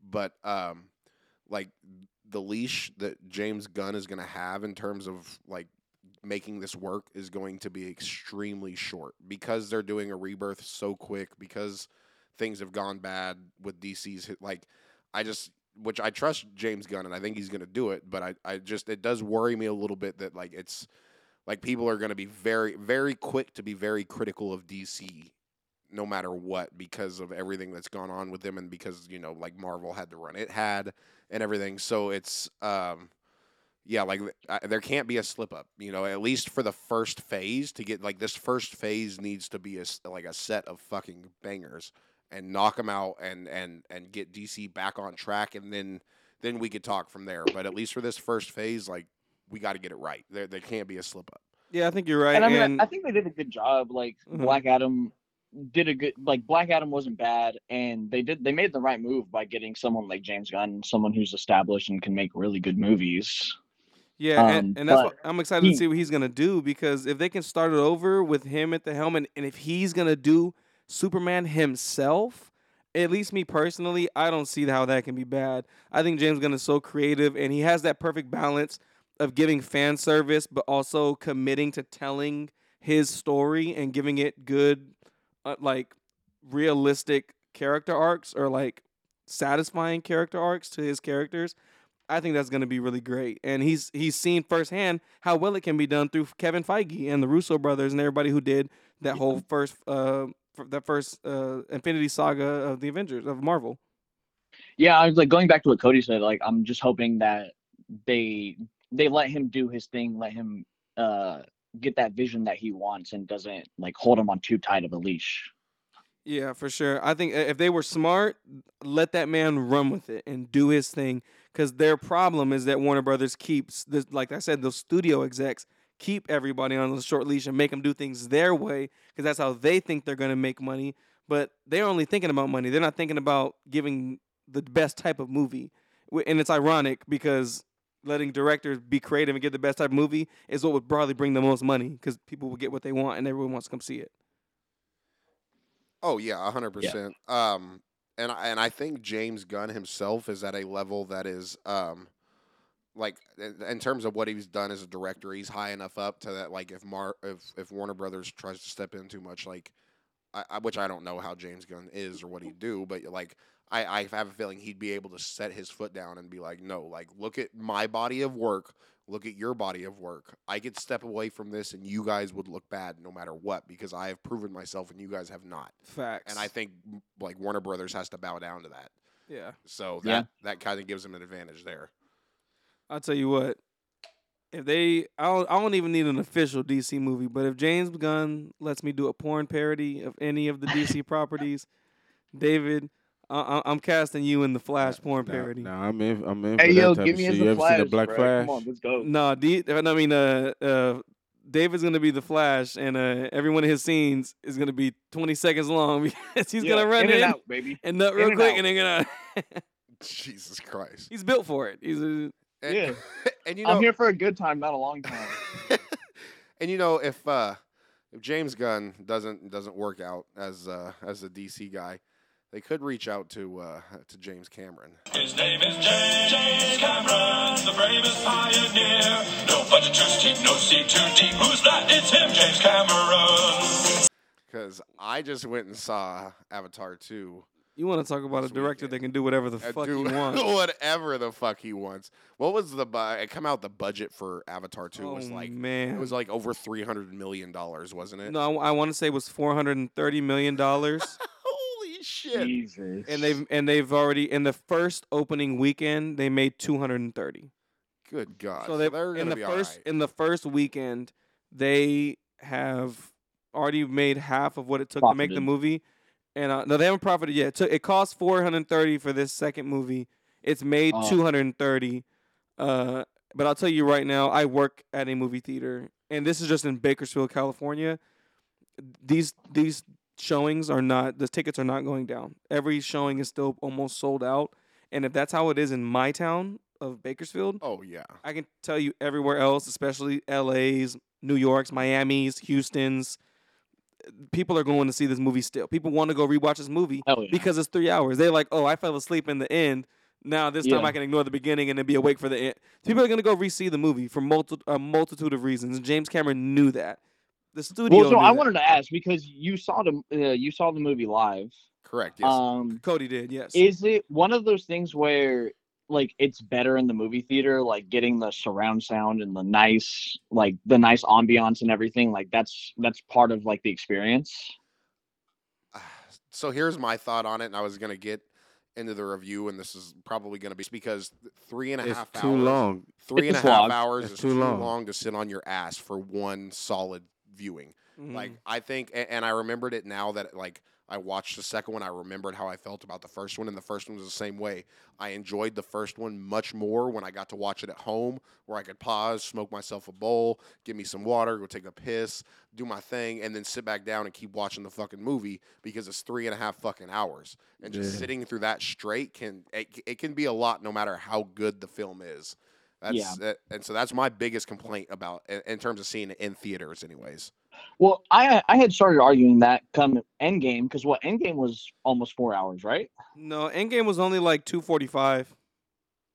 D: But um, like the leash that James Gunn is going to have in terms of like making this work is going to be extremely short because they're doing a rebirth so quick because things have gone bad with DC's hit- like I just which I trust James Gunn and I think he's going to do it but I I just it does worry me a little bit that like it's like people are going to be very very quick to be very critical of DC no matter what because of everything that's gone on with them and because you know like Marvel had the run it had and everything so it's um yeah, like th- I- there can't be a slip up, you know, at least for the first phase to get like this first phase needs to be a, s- like a set of fucking bangers and knock them out and and and get DC back on track and then then we could talk from there. But at least for this first phase, like we got to get it right. There there can't be a slip up.
C: Yeah, I think you're right.
F: And I mean, I-
C: and-
F: I think they did a good job. Like
C: Mhm.
F: Black Adam did a good, like Black Adam wasn't bad, and they did they made the right move by getting someone like James Gunn, someone who's established and can make really good movies.
C: Yeah, and,
F: Um,
C: and that's
F: but
C: what I'm excited to
F: he-
C: see what he's gonna do because if they can start it over with him at the helm, and, and if he's gonna do Superman himself, at least me personally, I don't see how that can be bad. I think James Gunn is so creative, and he has that perfect balance of giving fan service, but also committing to telling his story and giving it good, uh, like realistic character arcs or like satisfying character arcs to his characters. I think that's going to be really great. And he's he's seen firsthand how well it can be done through Kevin Feige and the Russo brothers and everybody who did that whole first uh f- that first uh Infinity Saga of the Avengers of Marvel.
F: Yeah, I was like going back to what Cody said. Like, I'm just hoping that they they let him do his thing, let him uh get that vision that he wants, and doesn't like hold him on too tight of a leash.
C: Yeah, for sure. I think uh, if they were smart, let that man run with it and do his thing. Because their problem is that Warner Brothers keeps, this, like I said, those studio execs keep everybody on the short leash and make them do things their way because that's how they think they're going to make money. But they're only thinking about money. They're not thinking about giving the best type of movie. Wh- And it's ironic because letting directors be creative and get the best type of movie is what would broadly bring the most money because people will get what they want and everyone wants to come see it.
D: Oh yeah, a hundred percent. Um, and I- and I think James Gunn himself is at a level that is um, like in in terms of what he's done as a director, he's high enough up to that. Like if Mar if if Warner Brothers tries to step in too much, like I, I which I don't know how James Gunn is or what he do, but like. I, I have a feeling he'd be able to set his foot down and be like, no, like, look at my body of work. Look at your body of work. I could step away from this and you guys would look bad no matter what because I have proven myself and you guys have not
C: Facts.
D: and I think m- like Warner Brothers has to bow down to that.
C: yeah.
D: So that
F: Yeah.
D: that kind of gives them an advantage there.
C: I'll tell you what. If they, I don't, I don't even need an official DC movie, but if James Gunn lets me do a porn parody of any of the DC properties, David, I, I, I'm casting you in the Flash porn
E: Nah,
C: parody.
E: Nah, I'm in. I'm in.
F: Hey
E: for
F: yo,
E: that type
F: give
E: of
F: me
E: shit.
F: as
E: You
F: the
E: ever
F: flash,
E: seen the Black
F: bro.
E: Flash?
F: Come on, let's go.
C: No, D, I mean, uh, uh, David's gonna be the Flash, and uh, every one of his scenes is gonna be 20 seconds long because he's
F: Yeah,
C: gonna run in,
F: and out, baby.
C: and nut
F: In
C: real
F: and
C: quick,
F: out.
C: and then gonna.
D: Jesus Christ!
C: he's built for it. He's uh, a,
D: And,
F: Yeah.
D: and you know,
F: I'm here for a good time, not a long time.
D: and you know if uh, if James Gunn doesn't doesn't work out as uh, as a DC guy, they could reach out to uh, to James Cameron.
G: His name is James, James Cameron, the bravest pioneer. No budget too steep, no sea too deep. Who's that? It's him, James Cameron.
D: Because I just went and saw Avatar two.
C: you want to talk about a
D: This
C: director
D: weekend.
C: that can do whatever the
D: and
C: fuck
D: do
C: he wants?
D: whatever the fuck he wants. What was the bu- it come out the budget for Avatar two
C: oh
D: was like
C: man,
D: it was like over three hundred million dollars, wasn't it?
C: No, I, want to say it was four hundred and thirty million dollars,
D: Holy shit!
F: Jesus.
C: and they've and they've already in the first opening weekend they made two hundred and thirty.
D: Good God.
C: So they
D: are
C: in
D: going to
C: the
D: be
C: first
D: all right.
C: in the first weekend they have already made half of what it took to make the
F: Profited.
C: movie, and uh, no, they haven't profited yet. It, took, it cost four hundred thirty for this second movie. It's made
F: Oh.
C: two hundred thirty. Uh, but I'll tell you right now, I work at a movie theater, and this is just in Bakersfield, California. These these showings are not the tickets are not going down. Every showing is still almost sold out, and if that's how it is in my town of Bakersfield,
D: Oh, yeah.
C: I can tell you everywhere else, especially LA's, New York's, Miami's, Houston's, people are going to see this movie still. People want to go rewatch this movie
F: Hell yeah.
C: because it's three hours. They're like, oh, I fell asleep in the end. Now this time
F: Yeah.
C: I can ignore the beginning and then be awake for the end. People are going to go re-see the movie for multi- a multitude of reasons. James Cameron knew that. The studio.
F: well, so
C: knew
F: I
C: that.
F: wanted to ask because you saw the uh, you saw the movie live.
D: Correct. Yes.
F: Um,
C: Cody did, yes.
F: Is it one of those things where like it's better in the movie theater, like getting the surround sound and the nice like the nice ambiance and everything, like that's that's part of like the experience.
D: Ah, so here's my thought on it, and I was gonna get into the review, and this is probably gonna be because th- three and a
E: It's
D: half
E: too
D: hours,
E: long.
D: three and a
F: It's
D: half
F: long.
D: hours
E: It's
D: is
E: too
D: too
E: long.
D: long to sit on your ass for one solid viewing.
C: Mhm.
D: Like I think, a- and I remembered it now that like I watched the second one. I remembered how I felt about the first one, and the first one was the same way. I enjoyed the first one much more when I got to watch it at home, where I could pause, smoke myself a bowl, give me some water, go take a piss, do my thing, and then sit back down and keep watching the fucking movie because it's three and a half fucking hours. And just
E: Yeah.
D: sitting through that straight can it, it can be a lot, no matter how good the film is. That's that- and so that's my biggest complaint about in, in terms of seeing it in theaters, anyways.
F: Well, I I had started arguing that come Endgame because what Endgame was almost four hours, right?
C: no, Endgame was only like 245.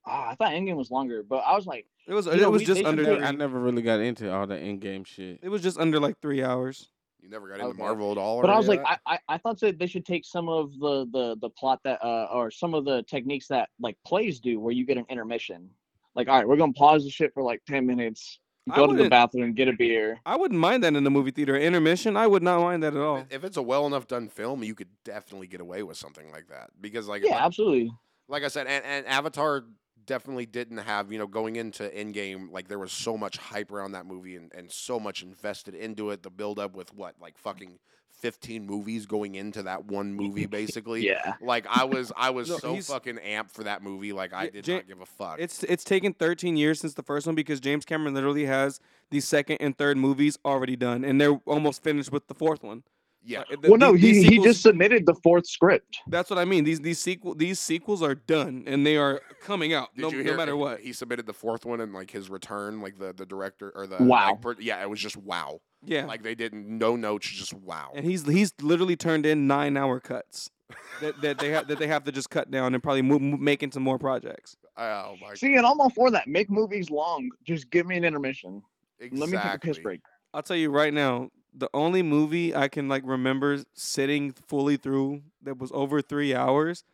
F: Ah, I thought Endgame was longer, but I was like,
C: It was
F: You
C: it
F: know,
C: was
F: we-
C: just
F: they
C: under
F: should
C: three,
F: make-
E: I never really got into all the in game shit.
C: it was just under like 3 hours.
D: You never got into
F: Okay.
D: Marvel at all.
F: but
D: or
F: I was
D: any
F: like,
D: of
F: I, I I thought that they should take some of the the the plot that uh or some of the techniques that like plays do, where you get an intermission. Like, all right, we're gonna pause the shit for like ten minutes,
C: I
F: go to the
C: wouldn't-
F: bathroom, get a beer.
C: I wouldn't mind that in the movie theater. Intermission, I would not mind that at all.
D: that? if it's a well enough done film, you could definitely get away with something like that because like
F: Yeah,
D: like,
F: absolutely.
D: like I said, and, and Avatar definitely didn't have you know going into Endgame like there was so much hype around that movie and, and so much invested into it. The build up with what like fucking fifteen movies going into that one movie basically.
F: Yeah.
D: Like I was I was
C: No,
D: so
C: he's-
D: fucking amped for that movie. Like I
C: Yeah,
D: did
C: Ja-
D: not give a fuck.
C: It's it's taken 13 years since the first one because James Cameron literally has the second and third movies already done, and they're almost finished with the fourth one.
D: yeah.
C: Like, the-
F: Well, no,
C: these-
F: he,
C: these
F: he
C: sequels-
F: just submitted the fourth script.
C: That's what I mean. These these sequel these sequels are done and they are coming out
D: Did
C: no,
D: you
C: no
D: hear
C: matter
D: he-
C: what.
D: He submitted the fourth one and like his return, like the, the director or the
F: Wow.
D: like, per- yeah, it was just wow.
C: Yeah,
D: Like they didn't no notes, just wow.
C: and he's he's literally turned in nine hour cuts that, that they have that they have to just cut down and probably move, move, make into more projects.
D: Oh my
F: See, and I'm all for that. Make movies long. Just give me an intermission.
D: exactly.
F: Let me take a piss break.
C: I'll tell you right now, the only movie I can like remember sitting fully through that was over three hours,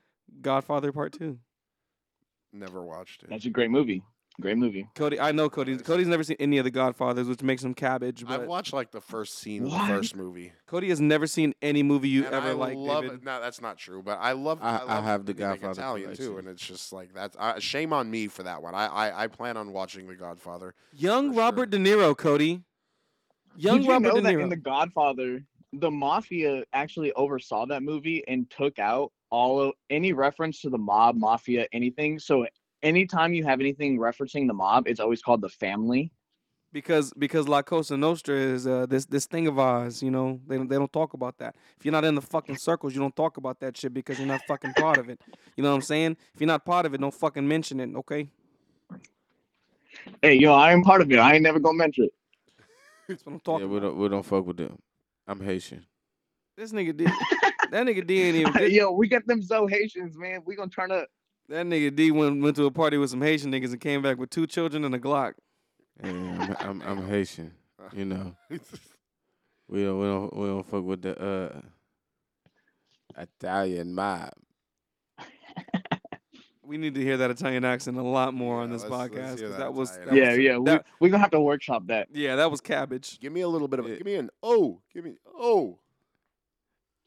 C: Godfather Part Two.
D: Never watched it.
F: That's a great movie. Great movie.
C: Cody, I know Cody.
D: Nice.
C: Cody's never seen any of the Godfathers, which makes him cabbage.
D: I've
C: But
D: watched like the first scene of
F: What?
D: the first movie.
C: Cody has never seen any movie you
D: And
C: ever
D: I
C: liked,
D: love
C: David.
D: it. No, that's not true. But I love.
E: I- I
D: love
E: have the
D: anything
E: Godfather
D: Italian too,
E: collection.
D: and it's just like that's I, shame on me for that one. I, I I plan on watching The Godfather.
C: Young
D: for sure.
C: Robert De Niro, Cody. Young
F: Did you
C: Robert
F: know
C: De
F: that
C: Niro.
F: in The Godfather, the mafia actually oversaw that movie and took out all of any reference to the mob, mafia, anything. So anytime you have anything referencing the mob, it's always called the family.
C: because because La Cosa Nostra is uh, this this thing of ours. You know they don't- they don't talk about that. If you're not in the fucking circles, you don't talk about that shit because you're not fucking part of it. You know what I'm saying? If you're not part of it, don't fucking mention it. Okay,
F: Hey, yo, I am part of it. I ain't never gonna mention it.
C: that's what I'm
E: yeah,
C: talking
E: we
C: about.
E: don't we don't fuck with them. I'm Haitian.
C: This nigga did. That nigga D ain't even.
F: yo, we got them so Haitians, man. We gonna turn up.
C: That nigga D went went to a party with some Haitian niggas and came back with two children and a Glock.
E: Yeah, I'm, I'm I'm Haitian. You know, we don't we don't we don't fuck with the uh Italian mob.
C: We need to hear that Italian accent a lot more on
D: Yeah,
C: this
D: let's- let's
C: podcast
D: hear
C: because
D: that
C: that was
D: Italian
C: that
F: yeah,
C: was-
F: yeah. We,
C: that-
F: we gonna have to workshop that.
C: yeah, that was cabbage.
D: Give me a little bit of.
E: Yeah.
D: Give me an oh. Give me oh.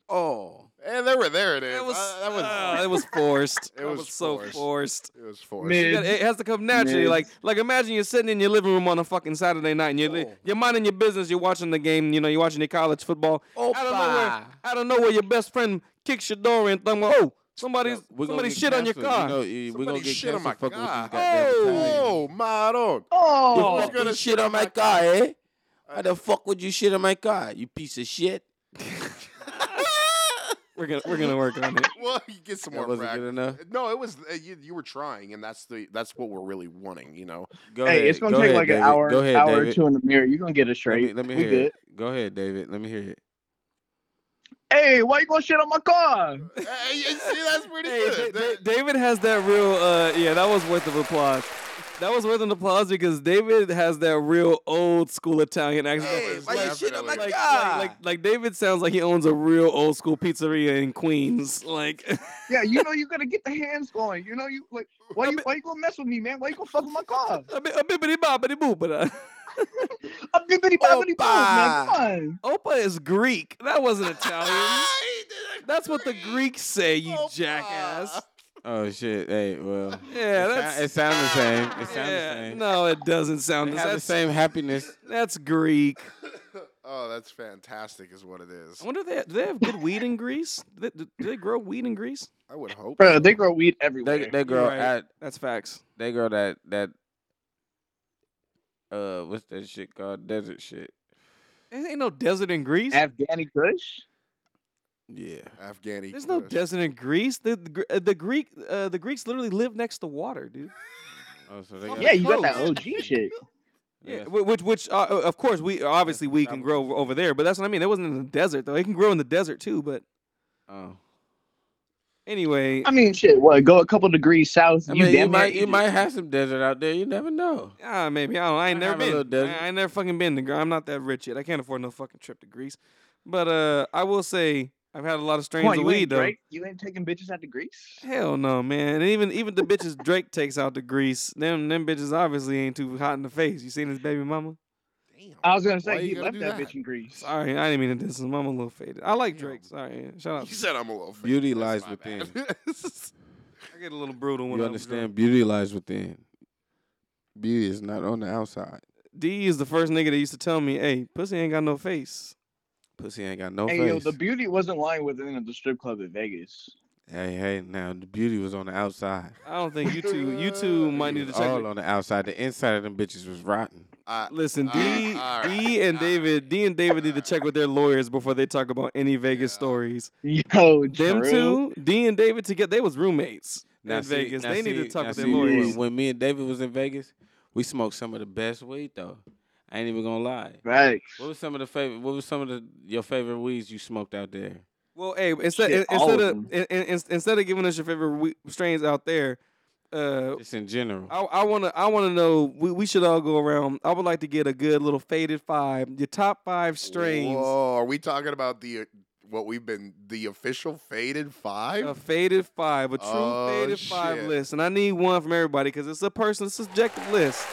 E: Oh,
D: And there, were, there it is.
C: That was,
D: Uh, that was
C: ah, it was forced.
D: It
C: That
D: was
C: so
D: forced.
C: forced.
D: it was forced.
F: Mid-
C: You gotta- it has to come naturally.
F: Yes.
C: Like, like imagine you're sitting in your living room on a fucking Saturday night and you're, li-
D: Oh.
C: you're minding your business. You're watching the game. You know, you're watching your college football. I don't know where.
D: Opa.
C: I don't know where your best friend kicks your door and thumb. Oh, somebody's
E: We're gonna
C: somebody
E: get
C: shit on your
E: canceled.
C: car.
E: You know, we're
D: Somebody
E: gonna get
D: shit on my
E: canceled fucking with
D: car.
E: these goddamn Italians.
D: Oh, my lord.
F: Oh,
D: Fuck. gonna
E: shit on my car, eh? Why the fuck would you shit on my car, you piece of shit?
C: We're gonna we're gonna work on it.
D: Well, you get some
E: That
D: more
E: wasn't good
D: practice.
E: enough.
D: No, it was uh, you, you were trying, and that's the that's what we're really wanting. You know,
E: Go
F: hey,
E: ahead.
F: it's gonna
E: Go
F: take
E: ahead,
F: like an
E: David.
F: hour,
E: Go ahead,
F: hour
E: David.
F: or two in the mirror. You're gonna
E: Let
F: get it
E: me,
F: straight.
E: let me
F: we
E: hear
F: good.
E: it. Go ahead, David. Let me hear it.
F: Hey, why you gonna shit on my car?
D: Hey, you see, that's pretty
C: Hey,
D: good.
C: Da-
D: That-
C: Da- David has that real. Uh, yeah, that was worth of applause. That was worth an applause because David has that real old school Italian accent.
D: Hey,
C: It's
D: why you shit on my
C: like,
E: God?
C: like, like, like David sounds like he owns a real old school pizzeria in Queens. Like,
F: Yeah, you know you're gonna get the hands going. You know you like why you why you gonna mess with me, man? Why you gonna fuck with my car?
C: a bi- a bibbidi bobbidi boo, but uh,
F: I'm bibbity bobbity boom, man. Come on.
C: Opa is Greek. That wasn't Italian.
D: Hey, did I
C: That's what the Greeks say, you
D: Opa.
C: jackass.
E: Oh shit. Hey, well.
C: Yeah,
E: it sou-
C: that's-
E: it sounds the same. It sounds the
C: Yeah,
E: same.
C: no, it doesn't sound
E: They
C: the
E: have the
C: that's,
E: same happiness.
C: that's Greek.
D: Oh, that's fantastic, is what it is.
C: I wonder if they do they have good weed in Greece? Do they, do they grow weed in Greece?
D: I would hope.
F: Bro, they grow weed everywhere.
E: They, they girl
C: right.
E: at
C: That's facts.
E: they girl that that uh what's that shit called desert shit?
C: There ain't no desert in Greece.
F: Afghani Kush.
E: Yeah.
D: Afghani.
C: There's no
D: Kush.
C: desert in Greece. The the, Gr- uh, the Greek uh, the Greeks literally live next to water, dude.
E: Oh, so they
D: Oh,
E: got,
F: Yeah, you got that
C: Close.
F: OG shit.
C: Yeah,
E: that's-
C: whi- which which uh, uh, of course we obviously
E: That's
C: we can
E: probably-
C: grow over there, but that's what I mean. It wasn't in the desert though. It can grow in the desert too. But
E: oh.
C: anyway,
F: I mean, shit. What? Go a couple degrees south.
E: I
F: you
E: mean, you,
F: damn near
E: might you
F: Egypt.
E: might have some desert out there. You never know.
C: ah maybe I don't. know. I ain't
E: I
C: never
E: have a little
C: been.
E: desert.
C: I, I ain't never fucking been to Greece. I'm not that rich yet. I can't afford no fucking trip to Greece. But uh, I will say I've had a lot of
F: Come
C: strains
F: on,
C: of
F: you
C: weed
F: ain't
C: though.
F: Drake. You ain't taking bitches out to Greece.
C: Hell no, man. And even even the bitches Drake takes out to Greece, them them bitches obviously ain't too hot in the face. You seen his baby mama?
D: Damn.
F: I was gonna say
D: Why you
F: he
D: gotta
F: left
D: do
F: that,
D: that?
F: bitch in Greece.
C: Sorry, I didn't mean to diss him. I'm a little faded. I like
D: Yeah.
C: Drake. Sorry, yeah. shut up.
D: He said I'm a little. fake.
E: Beauty
D: That's
E: lies
D: my
E: within.
D: bad.
C: I get a little brutal when
E: You
C: I'm
E: understand? Beauty lies within. Beauty is not on the outside.
C: drunk. D is the first nigga that used to tell me, "Hey, pussy ain't got no face."
E: Pussy ain't got no
F: hey,
E: face.
F: yo, the beauty wasn't lying within the strip club in Vegas.
E: hey, hey, now the beauty was on the outside.
C: I don't think you two you two might need to check.
E: all
C: the-
E: on the outside. The inside of them bitches was rotten.
D: I-
C: Listen,
D: All right,
C: D
D: all right,
C: D and
D: all
C: David D and David need to check with their lawyers before they talk about any Vegas
D: Yeah.
C: stories.
F: Yo,
C: Them
F: true.
C: two, D and David together, they was roommates
E: Now
C: in
E: see-
C: Vegas.
E: now
C: They need to
E: see-
C: talk
E: now
C: with their
E: see, when-
C: lawyers.
E: When, me and David was in Vegas, we smoked some of the best weed though. I ain't even gonna lie.
F: Right.
E: What was some of the favorite? What was some of the your favorite weeds you smoked out there?
C: Well, hey, instead
F: Shit,
C: in-
F: all
C: instead
F: of
C: of
F: them.
C: in, in, in- instead of giving us your favorite we- strains out there, uh,
E: Just in general.
C: I I want to I want to know we, we should all go around. I would like to get a good little faded five. Your top five strains,
D: Whoa, are we talking about the uh, what we've been the official faded five?
C: a faded five, a true
D: Oh,
C: faded five
D: shit.
C: list, and I need one from everybody because it's a person's subjective list.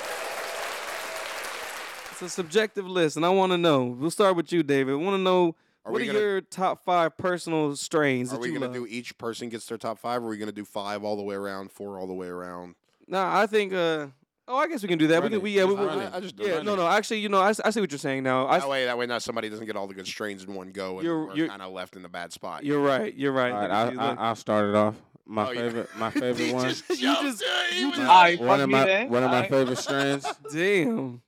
C: It's a subjective list, and I want to know. We'll start with you, David. want to know
D: Are
C: what
D: we
C: are
D: gonna-
C: your top five personal strains
D: Are
C: that
D: we
C: you
D: gonna
C: love?
D: do each person gets their top five? Or are we gonna do five all the way around, four all the way around?
C: Nah, I think. uh Oh, I guess we can do that. We
E: Run
C: can.
E: it.
C: We, yeah,
E: Just
C: we,
E: run
C: we-
E: it.
D: I just
C: yeah. No, no. Actually, you know, I, s- I see what you're saying now. I,
D: That
C: s-
D: way, that way, not somebody doesn't get all the good strains in one go, and
C: You're-
D: we're
C: you're-
D: kind of left in the bad spot.
C: you're right. You're right.
E: All right,
C: Look
E: I,
C: at you,
E: I,
C: look.
E: I'll start it off. My
D: Oh, yeah.
E: favorite, my favorite one.
C: You just- you just-
F: All right,
E: one
F: fuck
E: of
F: me
E: my
F: then.
E: one of my
F: All right.
E: favorite strands.
C: Damn.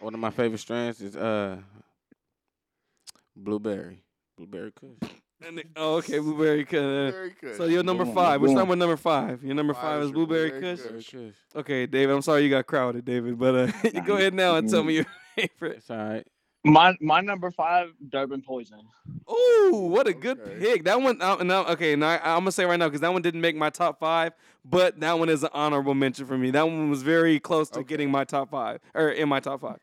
E: One of my favorite strands is uh blueberry, blueberry Kush.
C: And the- oh, okay, blueberry kush.
D: very good.
C: So you're number
F: Boom,
C: five. We're
F: boom.
C: starting with number five. Your number
D: Five
C: five
D: is
C: is
D: your
C: blueberry
D: Blueberry
C: kush.
E: Blueberry
D: Kush.
E: Kush.
C: Okay, David. I'm sorry you got crowded, David. But uh, you go
F: you-
C: ahead now and tell
F: mm.
C: me your favorite.
E: It's all right.
F: My my number five, Durban Poison.
C: Oh, what a good
D: Okay.
C: pick. That one. Uh, now, okay, now I, I'm gonna say right now because that one didn't make my top five, but that one is an honorable mention for me. That one was very close to
D: Okay.
C: getting my top five or in my top five.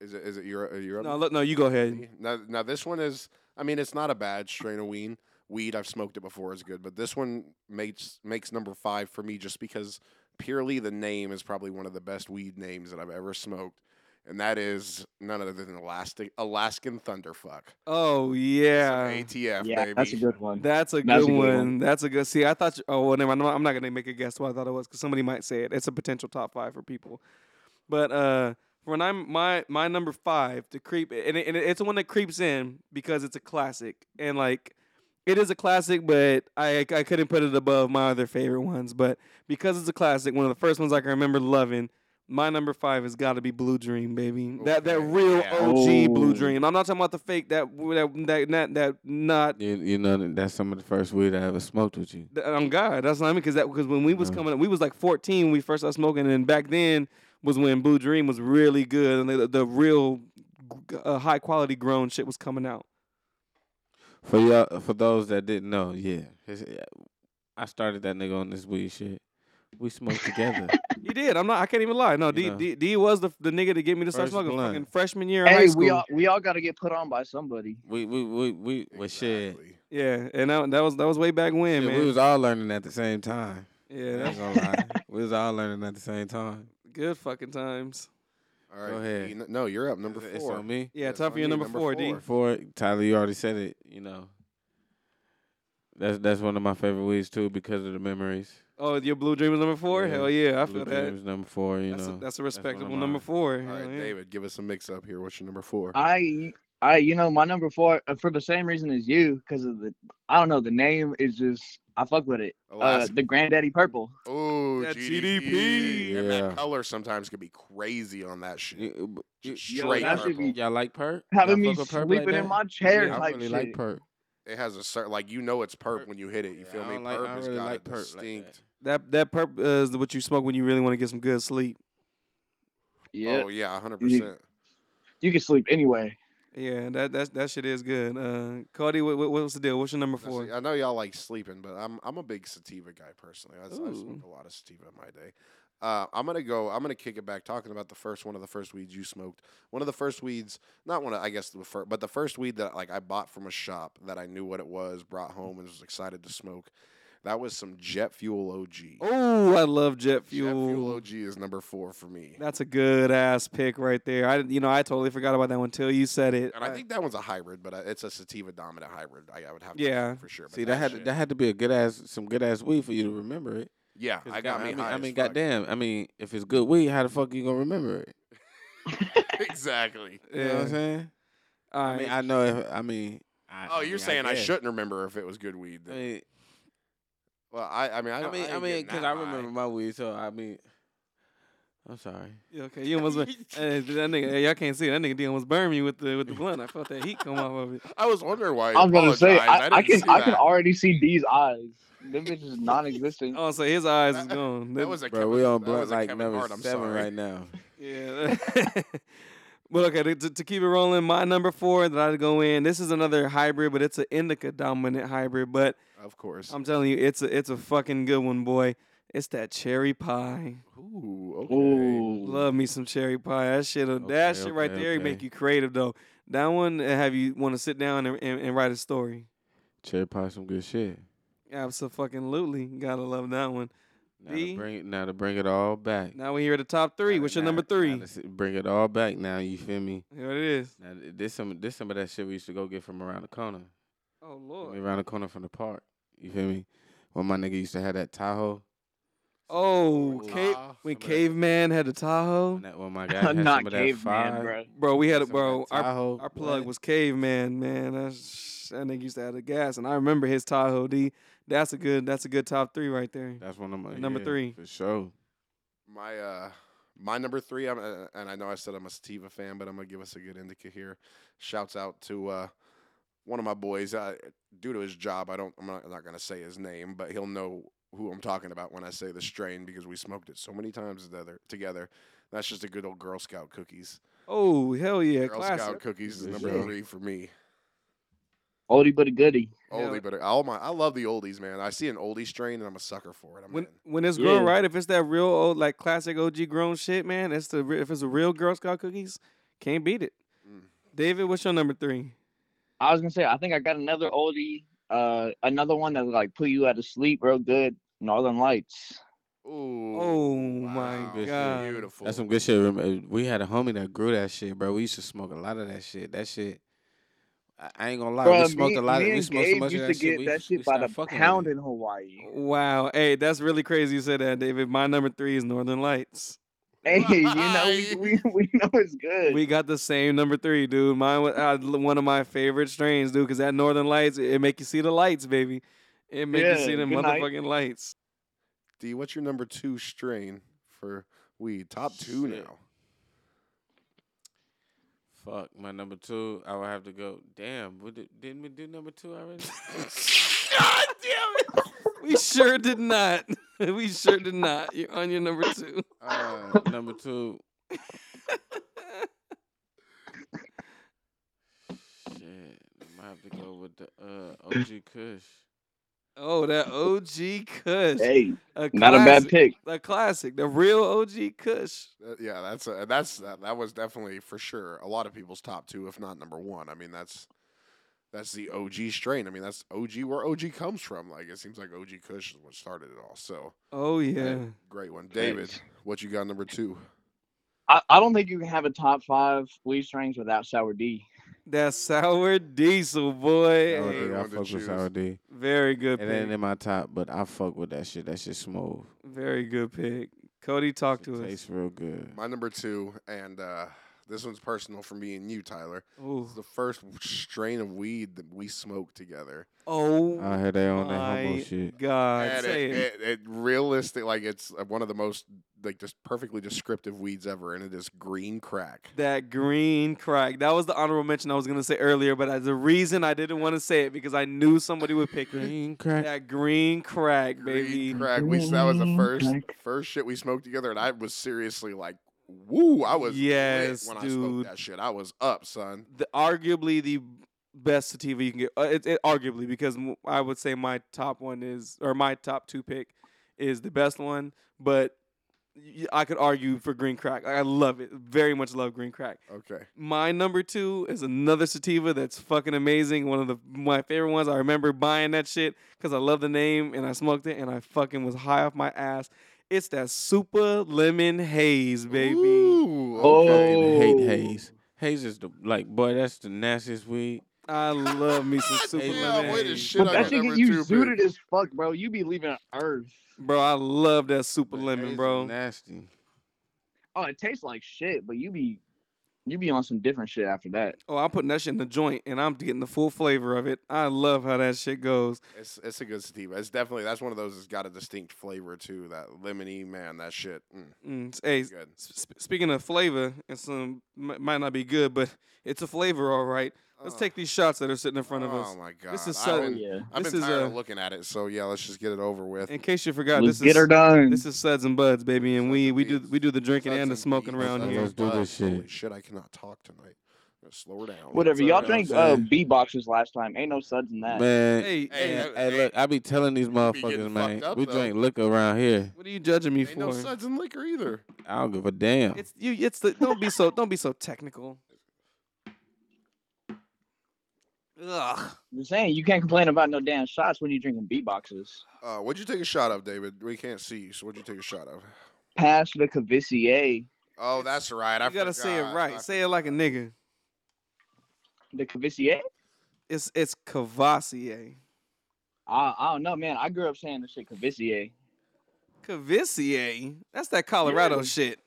D: Is it? Is it your? uh, your
C: No,
D: other-
C: look, no, you go ahead.
D: Now, now this one is. I mean, it's not a bad strain of weed. Weed I've smoked it before is good, but this one makes makes number five for me just because purely the name is probably one of the best weed names that I've ever smoked. and that is none other than Elastic Alaskan Thunderfuck.
C: Oh yeah,
D: ATF,
F: yeah,
D: baby.
F: that's a good one.
C: that's a
F: That's
C: good one. That's a good. See, I thought. You, oh, well, never mind. I'm not gonna make a guess what I thought it was because somebody might say it. It's a potential top five for people. But uh, when I'm my my number five to creep, and, it, and it- it's the one that creeps in because it's a classic, and like it is a classic, but I I couldn't put it above my other favorite ones. But because it's a classic, one of the first ones I can remember loving. My number five has got to be Blue Dream, baby. That that
D: Okay,
C: real
D: yeah.
C: OG Blue
F: Ooh.
C: Dream. I'm not talking about the fake that that that that, that not
E: You, you know that- that's some of the first weed I ever smoked with you.
C: Th- On God, that's what I mean. Because that because when we was coming up, we was like 14 when we first started smoking, and back then was when Blue Dream was really good and the, the real g- uh, high quality grown shit was coming out.
E: For y'all, for those that didn't know, yeah, his- I started that nigga on this weed shit. We smoked together.
C: You did. I'm not. I can't even lie. No, D
E: know.
C: D, D was the the nigga to get me to start
E: First
C: smoking.
E: blunt.
C: Fucking freshman year of high
F: Hey,
C: school.
F: we all we all got to get put on by somebody.
E: we we we we well, shit.
D: Exactly.
C: yeah, and that, that was that was way back when,
E: Shit,
C: man.
E: we was all learning at the same time.
C: yeah,
E: I ain't
C: that's
E: gonna lie. we was all learning at the same time.
C: good fucking times.
D: All right.
E: Go ahead.
D: you kn- no, you're up. Number
E: It's
D: four.
E: on me.
C: Yeah,
D: That's
C: time
D: on
C: for your
D: you,
C: number,
D: number
C: four, D.
D: four.
E: For it, Tyler, you already said it. You know, that's that's one of my favorite weeds too because of the memories.
C: Oh, your Blue Dream was number four.
E: Yeah,
C: Hell yeah, I feel
E: Blue
C: that.
E: Dreams number four. You
C: That's a,
E: know,
C: that's a
E: one of
C: respectable
E: mine.
C: number four.
D: All
C: Hell
D: right,
C: yeah.
D: David, give us a mix up here. What's your number
F: Uh,
D: four?
F: I I you know my number four uh, for the same reason as you because of the I don't know the name is just I fuck with it. Uh,
D: Alaska.
F: the Granddaddy Purple.
D: oh,
C: That
D: GDP. And
E: Yeah.
D: that color sometimes can be crazy on that shit.
E: You- you-
D: Just
F: yo,
D: Straight
F: that should
D: purple.
F: be-
E: Y'all like perp?
F: Having
E: Y'all
F: me
E: fuck with perp
F: sleeping
E: like
F: in
E: that?
F: my chair
E: Yeah, I
F: type
E: really
F: shit.
E: like perp.
D: It has a certain, like, you know it's perp when you hit it. You feel
E: I
D: me?
E: don't like- I
D: perp
E: don't
D: has
E: really
D: got
E: like
D: a
E: perp like
D: distinct.
C: That
E: that.
C: that perp uh, is what you smoke when you really want to get some good sleep.
F: Yeah,
D: Oh, yeah, 100%.
F: you can sleep anyway.
C: Yeah, that that that shit is good. Uh, Cody, what, what what's the deal? What's your number
D: That's-
C: four?
D: I know y'all like sleeping, but I'm I'm a big sativa guy personally. I, s- I
C: Ooh.
D: smoke a lot of sativa in my day. Uh, I'm gonna go. I'm gonna kick it back talking about the first one of the first weeds you smoked. One of the first weeds, not one. Of, I guess the first, but the first weed that like I bought from a shop that I knew what it was, brought home, and was excited to smoke. That was some Jet Fuel OG.
C: Oh, I love jet fuel.
D: Jet Fuel OG is number four for me,
C: That's a good ass pick right there. I you know I totally forgot about that one until you said it.
D: and I think that one's a hybrid, but uh, it's a sativa dominant hybrid. I, I would have to
C: Yeah.
D: say for sure. But
E: See, that had
D: shit-
E: that had to be a good ass, some good ass weed for you to remember it.
D: yeah,
E: 'Cause
D: I got
E: God-
D: me.
E: I mean,
D: high
E: I
D: as
E: mean,
D: fuck.
E: goddamn. I mean, if it's good weed, how the fuck you gonna remember it?
D: exactly.
E: You know what I'm saying?
C: All
E: I
C: right.
E: mean, I know. If, I mean, I,
D: Oh,
E: I
D: you're
E: mean,
D: saying I,
E: guess.
D: shouldn't remember if it was good weed.
E: I
D: Then.
E: mean,
D: well, I, I mean, I,
E: I
D: don't-
E: mean, I
D: ain't
E: mean,
D: getting
E: because
D: that
E: I
D: high.
E: remember my weed, so I mean, I'm sorry.
C: okay, you almost. went- Hey, that nigga, hey, y'all can't see it. that nigga D almost burned me with the with the blunt. I felt that heat come off of it.
D: I was wondering why.
F: I was gonna say
D: apologized.
F: I, I,
D: didn't
F: can
D: see
F: I can
D: that.
F: already see D's eyes. Them bitches is non-existent.
C: Oh, so his eyes is gone.
D: That was a
E: Bro,
D: Kevin,
E: we on
D: that
E: blunt
D: was a
E: like
D: Kevin
E: number
D: Hart, I'm
E: seven
D: sorry.
E: right now.
C: Yeah. but okay, to, to- to keep it rolling, my number four that I go in. This is another hybrid, but it's an indica dominant hybrid. But
D: Of course.
C: I'm telling you, it's a it's a fucking good one, boy. It's that cherry pie.
D: Ooh, okay.
F: Ooh,
C: Love me some cherry pie. That shit, uh, that
E: Okay,
C: shit right
E: okay,
C: there
E: okay.
C: make you creative though. That one uh, have you want to sit down and, and, and write a story?
E: Cherry pie, some good shit.
C: Absolutely, gotta love that one.
E: Now
C: D.
E: to bring, now to bring it all back.
C: Now we here at the top three.
E: Now-
C: What's your
E: now-
C: number
E: now
C: three?
E: to s- bring it all back. Now you feel me?
C: Here it is.
E: Now th- this some this some of that shit we used to go get from around the corner.
C: Oh
E: I mean,
C: lord.
E: around the corner from the park. You feel me? When my nigga used to have that Tahoe.
C: Oh,
D: Ooh,
C: cave,
D: ah,
C: when
D: some of that-
C: caveman had the Tahoe,
E: When, that, when my guy had
F: not
E: some of that
F: caveman,
E: five.
F: bro.
C: bro. We had a
E: some of
C: bro.
E: that
C: Our
E: Tahoe,
C: Our plug
E: what?
C: was caveman, man. That's, that nigga used to have the gas, and I remember his Tahoe D. That's a good. That's a good top three right there.
E: That's one of my
C: Number
E: yeah,
C: three.
E: for sure.
D: My uh, my number three. I'm, uh, and I know I said I'm a sativa fan, but I'm gonna give us a good indica here. Shouts out to uh, one of my boys. Uh, due to his job, I don't. I'm not, I'm not gonna say his name, but he'll know who I'm talking about when I say the strain because we smoked it so many times together. Together, that's just a good old Girl Scout cookies.
C: Oh hell yeah,
D: Girl
C: classic.
D: Scout cookies is
E: For
D: number
E: sure.
D: three for me.
F: oldie but a goodie.
C: Yeah.
D: Oldie, but all my I love the oldies, man. I see an oldie strain and I'm a sucker for it. I'm
C: When
D: in.
C: when it's grown
F: Yeah.
C: right, if it's that real old like classic OG grown shit, man, it's the re- if it's a real Girl Scout cookies, can't beat it.
D: Mm.
C: David, what's your number three?
F: I was gonna say I think I got another oldie, uh, another one that like put you out of sleep real good. Northern Lights.
D: Ooh.
C: Oh my
D: wow,
C: God.
D: Beautiful.
E: That's some good shit. Remember, we had a homie that grew that shit, bro. We used to smoke a lot of that shit. That shit, I, I ain't gonna lie,
F: Bruh,
E: we smoked
F: me-
E: a lot.
F: me
E: Of, we
F: and
E: smoked so
F: Gabe
E: much
F: used
E: of
F: to
E: that
F: get
E: shit. We,
F: that
E: we
F: shit by
E: stopped
F: the
E: fucking with
F: pound
E: it.
F: in Hawaii.
C: Wow. Hey, that's really crazy you said that, David. My number three is Northern Lights.
E: Oh,
F: Hey, you know we, we, we know it's good.
C: We got the same number three, dude. Mine was uh, one of my favorite strains, dude, because that Northern Lights, it, it make you see the lights, baby. It make you
F: Yeah,
C: see the
F: good night.
C: motherfucking lights.
D: D, what's your number two strain for weed? Top two
E: Shit.
D: now.
E: Fuck, my number two. I would have to go. Damn, we did, didn't we do number two already?
D: God damn it!
C: We sure did not. we sure did not. You're on your number two.
D: Uh,
E: number two. Shit, I might have to go with the uh, OG Kush.
C: Oh, that OG Kush.
F: hey,
C: a
F: not a bad
C: classic-
F: pick.
C: A classic. The real OG Kush.
D: Uh, yeah, that's a, that's that, that was definitely for sure a lot of people's top two, if not number one. I mean, that's that's the OG strain. I mean, that's OG where OG comes from. Like it seems like OG Kush is what started it all. So
C: Oh yeah.
D: great one, David. What you got number two?
F: I, I don't think you can have a top five weed strains without Sour D.
C: That sour diesel boy.
E: I,
D: Sour
E: would
C: Hey,
D: Diesel.
E: think I
D: one to
E: fuck with
D: choose.
E: Sour D.
C: Very good
E: It ain't
C: pick.
E: in my top, but I fuck with that shit. That shit smooth.
C: Very good pick. Cody, talk
E: It
C: to us.
E: tastes real good.
D: My number two, and uh, this one's personal for me and you, Tyler.
C: Ooh.
D: It's the first strain of weed that we smoked together.
C: Oh
E: I heard they on that homo
C: my
E: shit.
C: God.
D: And
C: Say
D: it,
C: it.
D: it, it realistic, like it's uh, one of the most like just perfectly descriptive weeds ever, and it is green crack.
C: That green crack. That was the honorable mention I was gonna say earlier, but I- the reason I didn't want to say it because I knew somebody would pick it.
E: Green crack.
C: That green crack, baby.
D: Green crack. We that was the
F: Green
D: first
F: crack.
D: first shit we smoked together, and I was seriously like, "Woo!" I was lit
C: Yes,
D: when I
C: dude.
D: smoked that shit. I was up, son.
C: the arguably the best sativa you can get. Uh, it, it arguably because m- I would say my top one is or my top two pick is the best one, but y- I could argue for green crack. I love it. Very much love green crack.
D: Okay,
C: My number two is another sativa that's fucking amazing. One of the my favorite ones. I remember buying that shit because I love the name and I smoked it and I fucking was high off my ass. It's that super lemon haze, baby.
D: Ooh, okay.
E: Fucking hate
F: Oh.
E: haze. Haze is the like, boy, that's the nastiest weed.
C: I love me some super
E: Damn,
C: lemon
D: way to
C: haze.
D: shit
F: But
D: on
F: that
D: your
F: shit
D: number
F: get
D: two
F: you
D: pick.
F: zooted as fuck, bro. You be leaving on Earth.
C: Bro, I love that super
E: But haze
C: lemon,
E: is
C: bro.
E: Nasty.
F: Oh, it tastes like shit, but you be you be on some different shit after that.
C: Oh, I'm putting that shit in the joint and I'm getting the full flavor of it. I love how that shit goes.
D: It's it's a good sativa. It's definitely that's one of those that's got a distinct flavor too. That lemony man, that shit. Mm,
C: Mm, hey,
D: good.
C: sp- speaking of flavor, and some m- might not be good, but it's a flavor, all right. Let's
D: Oh.
C: take these shots that are sitting in front of us.
D: Oh my god,
C: This is
D: I've
C: sudden.
D: been,
F: yeah.
D: I've
C: This
D: been
C: is
D: tired
C: a-
D: of looking at it. So yeah, let's just get it over with.
C: In case you forgot,
F: Let's
C: this
F: get
C: is
F: her done.
C: this is Suds and Buds, baby, and
D: Suds
C: we
D: and
C: we do
D: Beats.
C: we do the drinking
D: Suds
C: and the
D: and
C: smoking
D: beats.
C: around
D: Suds
C: here.
E: Let's
D: and
E: do this
D: buds. Holy
E: shit.
D: shit, I cannot talk tonight. Gotta Slow down.
F: Whatever.
D: That's
F: Y'all
D: all
F: drank
E: I'm
F: uh,
E: saying.
F: B boxes last time. Ain't no suds in that.
E: Man, hey,
C: Hey,
D: Hey,
C: hey,
D: that-
E: hey, look, I be telling these
D: be getting
E: motherfuckers, man,
D: fucked up,
E: we
D: though.
E: drink liquor around here.
C: what are you judging me
D: Ain't no
C: for?
D: suds and liquor either.
E: I don't give a damn.
C: It's you. It's the don't be so don't be so technical. Ugh.
F: I'm saying you can't complain about no damn shots when you're drinking B boxes.
D: Uh, what'd you take a shot of, David? We can't see you, so what'd you take a shot of?
F: Pass the Cavisier.
D: Oh, that's right. I
C: You gotta say it
D: forgot.
C: right.
D: I
C: say it like a nigga.
F: The Cavisier?
C: It's it's Cavassier.
F: I, I don't know, man. I grew up saying the shit Cavisier.
C: Cavassier. That's that Colorado
F: Yeah.
C: shit.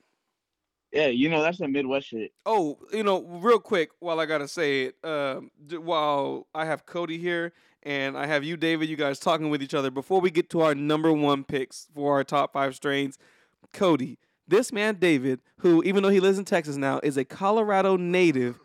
F: Yeah, you know that's that Midwest shit.
C: Oh, you know, real quick, while I gotta say it, um, d- while I have Cody here and I have you, David, you guys talking with each other before we get to our number one picks for our top five strains. Cody, this man David, who even though he lives in Texas now, is a Colorado native,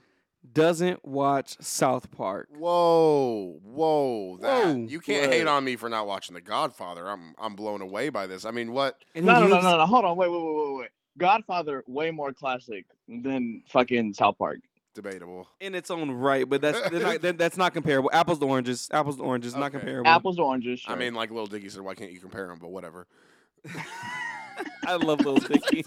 C: doesn't watch South Park.
D: Whoa, whoa, that,
C: Whoa.
D: you can't
F: What?
D: hate on me for not watching The Godfather. I'm I'm blown away by this. I mean, what?
C: And
F: No,
C: he
F: no, no,
C: lives-
F: no, no. Hold on. Wait, wait, wait, wait, wait. Godfather, way more classic than fucking South Park.
D: Debatable.
C: In its own right, but that's they're not, that- that's not comparable. Apples to oranges. Apples to oranges. Not
D: Okay.
C: comparable.
F: Apples to oranges.
D: I
F: sure.
D: mean, like Lil Dicky said, why can't you compare them? But whatever.
C: I love Lil Dicky.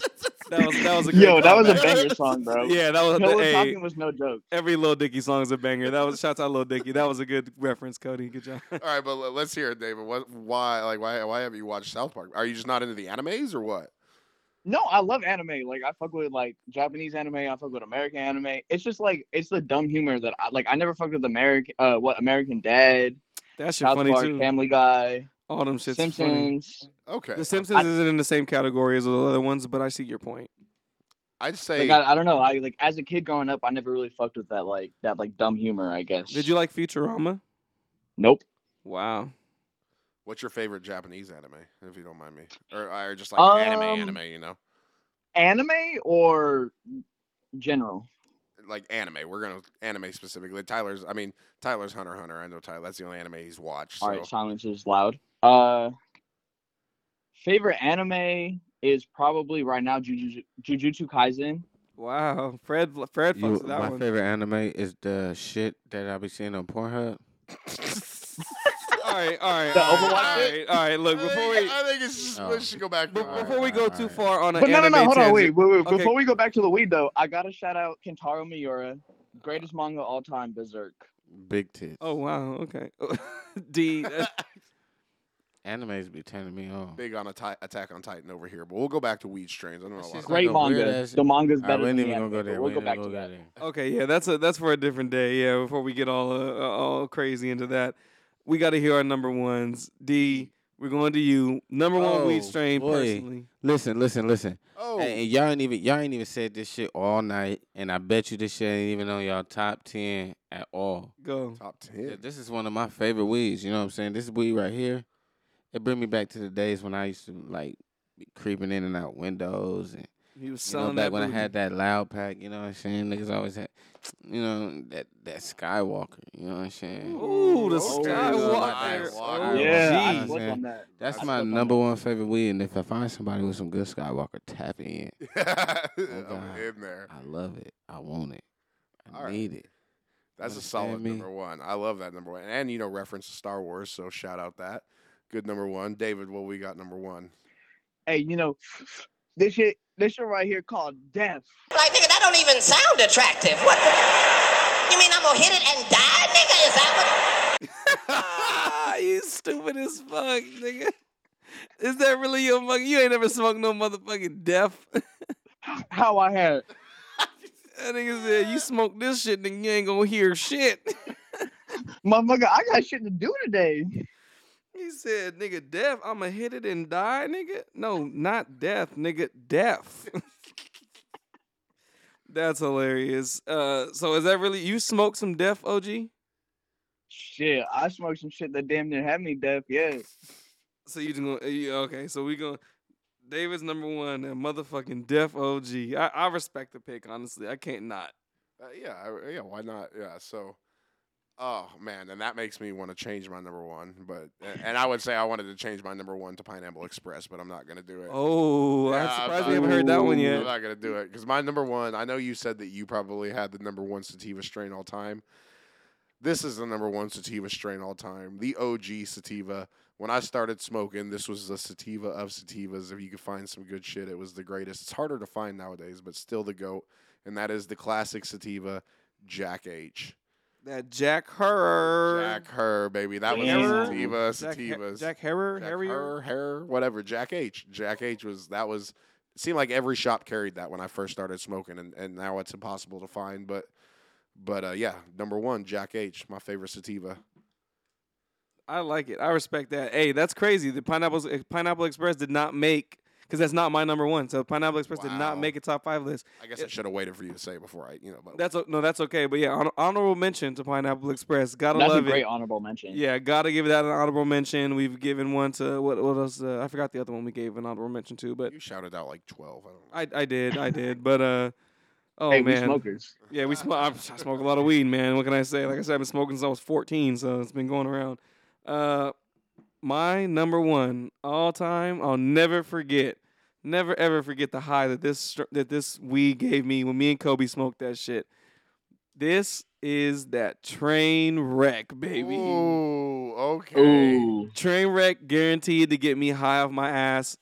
C: That was that was a great
F: Yo, that was a
C: callback.
F: banger song, bro.
C: Yeah, that was
F: Pillow
C: the, hey,
F: talking was no joke.
C: every Lil Dicky song is a banger. That was shouts out Lil Dicky. That was a good reference, Cody. Good job.
D: All right, but le- let's hear it, David. What? Why? Like, why? Why have you watched South Park? Are you just not into the animes or what?
F: No, I love anime. Like I fuck with like Japanese anime. I fuck with American anime. It's just like it's the dumb humor that I like. I never fucked with American. Uh, what American Dad,
C: That shit
F: South
C: funny
F: Park,
C: too.
F: Family Guy,
C: All them shits is funny.
F: Simpsons.
D: Okay,
C: The Simpsons
F: I-
C: isn't in the same category as the other ones, but I see your point.
D: I'd say.
F: Like I, I don't know. I like as a kid growing up, I never really fucked with that like that like dumb humor. I guess.
C: Did you like Futurama?
F: Nope.
C: Wow.
D: What's your favorite Japanese anime, if you don't mind me, or, or just like anime,
F: Um,
D: anime? You know,
F: Anime or general?
D: like anime. We're gonna anime specifically. Tyler's. I mean, Tyler's Hunter x Hunter. I know Tyler. That's the only anime he's watched. So.
F: All right, silence is loud. Uh, favorite anime is probably right now Jujutsu, Jujutsu Kaisen.
C: Wow. Fred Fred fucks
E: You,
C: with that
E: my
C: one.
E: favorite anime is the shit that I be seeing on Pornhub.
C: All right, all right.
F: The
C: all right,
F: Overwatch
C: all right, all right. Look,
D: I
C: before
D: think,
C: we
D: I think it's just
E: Oh.
D: we should go back.
C: be-
D: To
E: All right,
C: before we
E: all
C: go
E: right,
C: too
E: all right.
C: far on an
F: But no, no,
C: anime
F: no, hold on,
C: tangent-
F: wait, wait, wait.
C: Okay.
F: Before we go back to the weed, though, I gotta shout out Kentaro Miura, greatest manga of all time, Berserk.
E: Big tits.
C: Oh wow, okay. D uh,
E: Animes be turning me on.
D: Big on a ti- Attack on Titan over here, but we'll go back to weed strains. I don't know.
E: This
D: why.
E: is
F: Great
E: a weird
F: manga.
E: ass-
F: The manga's
E: All right,
F: better
E: we ain't
F: than the
E: even gonna
F: anime.
E: go
F: but
E: there.
F: We'll
E: we
F: go
E: ain't
F: back
E: gonna
F: to
E: go
F: that.
E: there.
C: Okay, yeah, that's a that's for a different day. Yeah, before we get all uh, all crazy into that, we got to hear our number ones. D, we're going to you. Number one
E: Oh,
C: weed strain
E: boy.
C: personally.
E: Listen, listen, listen.
D: Oh,
E: Hey, and y'all ain't even y'all ain't even said this shit all night, and I bet you this shit ain't even on y'all top ten at all.
C: Go.
D: top ten.
E: Yeah, this is one of my favorite weeds. You know what I'm saying? This weed right here, it bring me back to the days when I used to like be creeping in and out windows and
C: He was
E: you know,
C: selling
E: back
C: that
E: when I
C: booty.
E: had that loud pack. You know what I'm saying? Niggas always had, you know that that Skywalker. You know what I'm saying?
C: Ooh, the
D: Okay.
C: Skywalker.
D: Skywalker.
C: Oh,
F: Yeah, I
E: Jeez,
F: slept
E: man.
F: on that.
E: That's
F: I
E: my
F: slept on
E: number
F: that.
E: one favorite weed, and if I find somebody with some good Skywalker, tap it in.
D: I'm
E: Oh, God.
D: in there.
E: I love it. I want it. I
D: All right.
E: need it.
D: That's a
E: Understand
D: solid
E: me?
D: number one. I love that number one. And you know, reference to Star Wars, so shout out that. Good number one. David, what we got number one?
F: Hey, you know, this shit, this shit right here called death.
H: Like, nigga, that don't even sound attractive. What the? You mean I'm gonna hit it and die, nigga? Is that what?
C: you stupid as fuck, nigga. Is that really your mug? You ain't never smoked no motherfucking death.
F: How I had.
C: That nigga said, you smoke this shit, then you ain't gonna hear shit.
F: Motherfucker, I got shit to do today.
C: He said, nigga, death, I'ma hit it and die, nigga. No, not death, nigga, death. That's hilarious. Uh, so is that really you smoke some death, OG?
F: Shit, I smoked some shit that damn near had me deaf. Yeah.
C: So you just gonna uh, you, okay? So we gonna David's number one and motherfucking deaf OG. I, I respect the pick honestly. I can't not.
D: Uh, yeah, I, yeah, why not? Yeah, so oh man, and that makes me want to change my number one, but and, and I would say I wanted to change my number one to Pineapple Express, but I'm not gonna do it.
C: Oh,
D: Yeah,
C: I'm
D: I'm
C: surprised
D: not-
C: we haven't heard that one
F: Ooh.
D: I'm
C: yet.
D: not gonna do it because my number one. I know you said that you probably had the number one sativa strain all time. This is the number one sativa strain all time. The OG sativa. When I started smoking, this was the sativa of sativas. If you could find some good shit, it was the greatest. It's harder to find nowadays, but still the goat, and that is the classic sativa, Jack H.
C: That Jack Herrer.
D: Jack Her, baby. That was
F: Damn.
D: the sativa
C: Jack, Her-
D: sativas.
C: Jack Herrer.
D: Jack
C: Harrier?
D: Her, Her, whatever. Jack H. Jack H was that was it seemed like every shop carried that when I first started smoking and, and now it's impossible to find, but but uh, yeah, number one, Jack H, my favorite sativa.
C: I like it. I respect that. Hey, that's crazy. The Pineapple eh, Pineapple Express did not make because that's not my number one. So Pineapple Express did not
D: Wow.
C: make a top five list.
D: I guess I should have waited for you to say it before I you know, but
C: That's o- no, that's okay. But yeah, hon- honorable mention to Pineapple Express. Gotta
F: That's a
C: love it.
F: great honorable mention.
C: Yeah, gotta give that an honorable mention. We've given one to what? What else? Uh, I forgot the other one we gave an honorable mention to, but
D: you shouted out like twelve. I don't know.
C: I, I did, I did. But uh, oh
F: hey,
C: man,
F: we smokers.
C: yeah, we smoke. I smoke a lot of weed, man. What can I say? Like I said, I've been smoking since I was 14, so it's been going around. Uh, my number one all time. I'll never forget. Never ever forget the high that this str- that this weed gave me when me and Kobe smoked that shit. This is that train wreck, baby.
D: Ooh, okay.
F: Ooh.
C: Train wreck guaranteed to get me high off my ass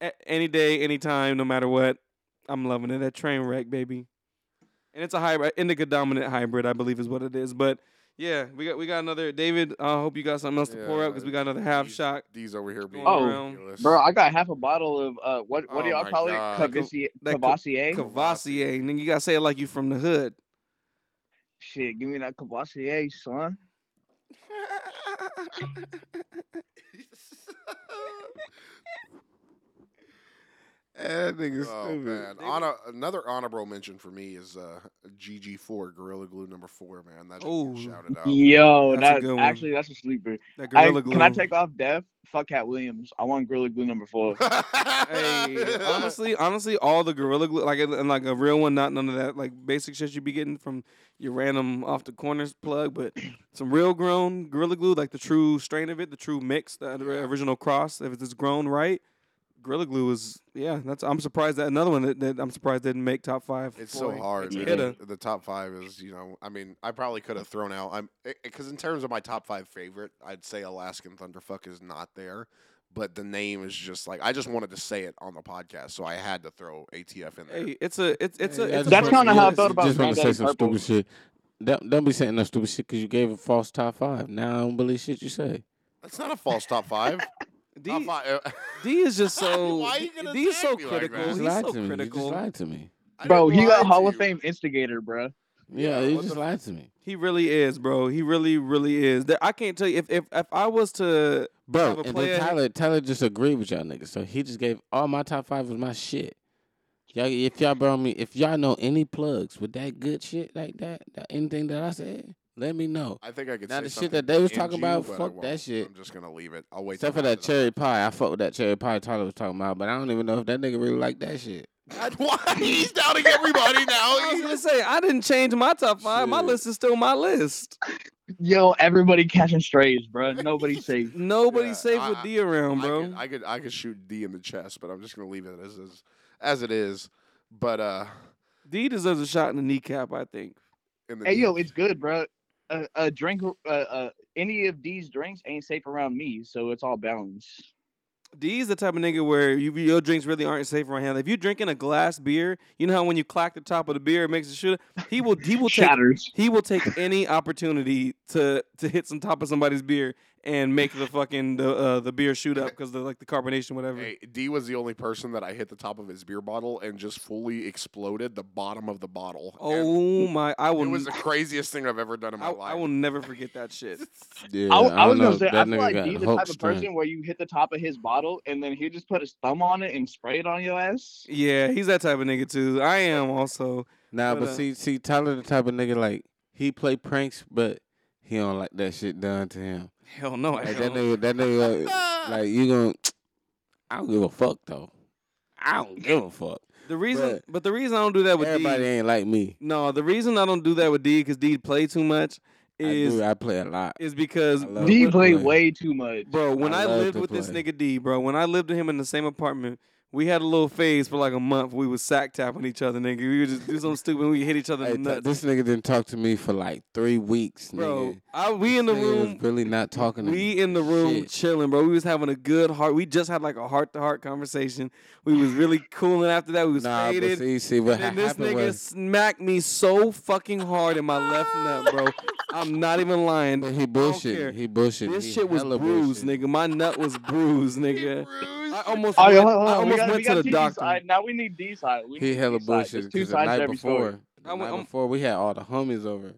C: a- any day, anytime, no matter what. I'm loving it. That train wreck, baby. And it's a hybrid, indica dominant hybrid, I believe, is what it is. But yeah, we got we got another David. I hope you got something else to pour up because we got another half
D: These-
C: shot.
D: These over here being
F: Oh,
D: ridiculous.
F: Bro, I got half a bottle of uh, what? What do
D: Oh
F: y'all
D: my
F: call it?
D: God.
F: Cavassier.
C: That Cav-
F: Cavassier.
C: Cavassier, and then you gotta say it like you from the hood.
F: Shit, give me that Cavassier, son.
E: That nigga
D: Oh man! Honor, another honorable mention for me is uh, GG4 Gorilla Glue number four. Man, that
C: Ooh.
D: shouted out.
F: Yo,
C: That's a
F: that
C: good one.
F: actually that's a sleeper.
C: That
F: I,
C: gorilla glue.
F: can I take off Def? Fuck Cat Williams. I want Gorilla Glue number four.
C: Hey, honestly, honestly, all the gorilla glue, like and like a real one, not none of that like basic shit you be getting from your random off the corners plug, but some real grown gorilla glue, like the true strain of it, the true mix, the or- original cross. If it's grown right, gorilla glue is yeah. That's I'm surprised that another one that, that I'm surprised didn't make top five.
D: It's
C: for
D: so
C: you.
D: hard.
C: You
D: man.
C: hit a-
D: The top five is, you know, I mean, I probably could have thrown out. I'm because in terms of my top five favorite, I'd say Alaskan Thunderfuck is not there, but the name is just like I just wanted to say it on the podcast, so I had to throw ATF in there.
C: Hey, it's a it's it's a. It's a
F: That's
C: first
F: kinda how I
C: list.
F: felt about
E: Just want to say
F: Granddaddy
E: some
F: Purple.
E: stupid shit. Don't, don't be saying no stupid shit because you gave a false top five. Now I don't believe shit you say.
D: That's not a false top five. top
C: D,
D: five. eh,
C: D is just so.
D: Why you gonna
C: D is
D: attack
C: so
D: me like that?
C: critical.
E: You
C: He's
E: just lied
C: so
E: to me. You
C: critical.
E: just lied to me.
D: I
F: Bro,
D: didn't
F: he
D: lie
F: got
D: to
F: Hall of
D: you.
F: Fame instigator, bro.
E: Yeah,
D: Yeah,
E: you
D: what
E: just
D: the
E: lied to me,
C: He really is, bro. He really, really is. There- I can't tell you if if, if I was to have
E: bro.
C: a
E: And
C: player-
E: then Tyler, Tyler just agreed with y'all niggas, so he just gave all my top five was my shit. Y'all, if y'all brought me, if y'all know any plugs with that good shit like that, that anything that I said, let me know.
D: I think I could.
E: Now
D: say
E: the shit
D: something
E: that they was
D: in
E: talking
D: you,
E: about,
D: but I
E: fuck that
D: won't.
E: shit.
D: I'm just gonna leave it. I'll wait.
E: Except
D: till
E: for that
D: after
E: cherry pie, I fuck with that cherry pie Tyler was talking about, but I don't even know if that nigga really liked that shit.
D: the- Why he's doubting everybody
C: I
D: now?
C: was
D: He's
C: gonna say I didn't change my top five. My
E: Shit.
C: list is still my list.
F: Yo, everybody catching strays, bro. Nobody's safe.
C: Nobody's
D: Yeah,
C: safe
D: I-
C: with D around,
D: I
C: bro.
D: could, I could I could shoot D in the chest, but I'm just gonna leave it as as, as it is. But uh,
C: D deserves a shot in the kneecap, I think.
D: in the
F: Hey, yo,
D: knee-
F: it's good, bro. A, a drink, uh, uh, any of these drinks ain't safe around me, so it's all balanced.
C: D's the type of nigga where you, your drinks really aren't safe around him. If you're drinking a glass beer, you know how when you clack the top of the beer, it makes it shoot. He will he will take
F: Shatters.
C: he will take any opportunity to to hit some top of somebody's beer and make the fucking the uh, the beer shoot up because the like the carbonation whatever.
D: hey, D was the only person that I hit the top of his beer bottle and just fully exploded the bottom of the bottle. And
C: oh my! I will.
D: it was
C: n-
D: the craziest thing I've ever done in my
C: I,
D: life.
C: I will never forget that shit.
E: Yeah,
F: I, I was
E: don't know
F: gonna
E: if
F: say, I
E: that
F: feel
E: nigga
F: like
E: got
F: he's the
E: Hulk
F: type of
E: strength.
F: person where you hit the top of his bottle and then he just put his thumb on it and spray it on your ass.
C: Yeah, he's that type of nigga too. I am also.
E: Nah,
C: But,
E: but
C: uh,
E: see, see, Tyler the type of nigga like he play pranks, but he don't like that shit done to him.
C: Hell no, I
E: Like that
C: don't.
E: nigga, that nigga,
C: oh.
E: like, like you gon' I don't give a fuck though. I don't give a fuck.
C: The reason,
E: Bruh.
C: but the reason I don't do that with
E: Everybody
C: D.
E: ain't like me.
C: No, the reason I don't do that with D because D play too much
E: I
C: is
E: do. I play a lot.
C: is because
E: I love
F: D
E: to
F: played
E: play.
F: way too much.
C: Bro, when
E: I
C: I,
E: love
C: lived
E: to
C: with this
E: play.
C: nigga D, bro, when I lived with him in the same apartment, we had a little phase for like a month. We was sack tapping each other, nigga. We would just do something stupid. and We hit each other
E: Hey,
C: in the
E: th-
C: nuts,
E: this nigga didn't talk to me for like three weeks,
C: bro.
E: nigga.
C: I, we in the
E: This nigga was
C: room,
E: really not talking to me.
C: we in the room
E: Shit.
C: chilling, bro. We was having a good heart. We just had like a heart to heart conversation. We was really cooling after that. We was
E: Nah, but
C: faded.
E: see, see what ha-
C: And this
E: happened
C: nigga
E: was
C: smacked me so fucking hard in my left nut, bro. I'm not even lying.
E: But he
C: care.
E: bullshit. He bullshit.
C: This
E: he
C: shit was
E: hella
C: bruised,
E: bullshit.
C: nigga. My nut was bruised, nigga.
D: Bruised.
C: I almost
F: Oh,
C: went,
F: yeah, hold
C: I
F: on, hold on. We
C: almost
F: gotta- we
C: went to
F: gotta
C: the
F: teach you
C: doctor.
F: side. Now we need D side. We
E: He
F: need
E: hella
F: D side.
E: bullshit
F: There's two
E: because the
F: sides to
E: night
F: every story.
E: before, the
C: I went-
E: night
C: I'm-
E: before we had all the homies over,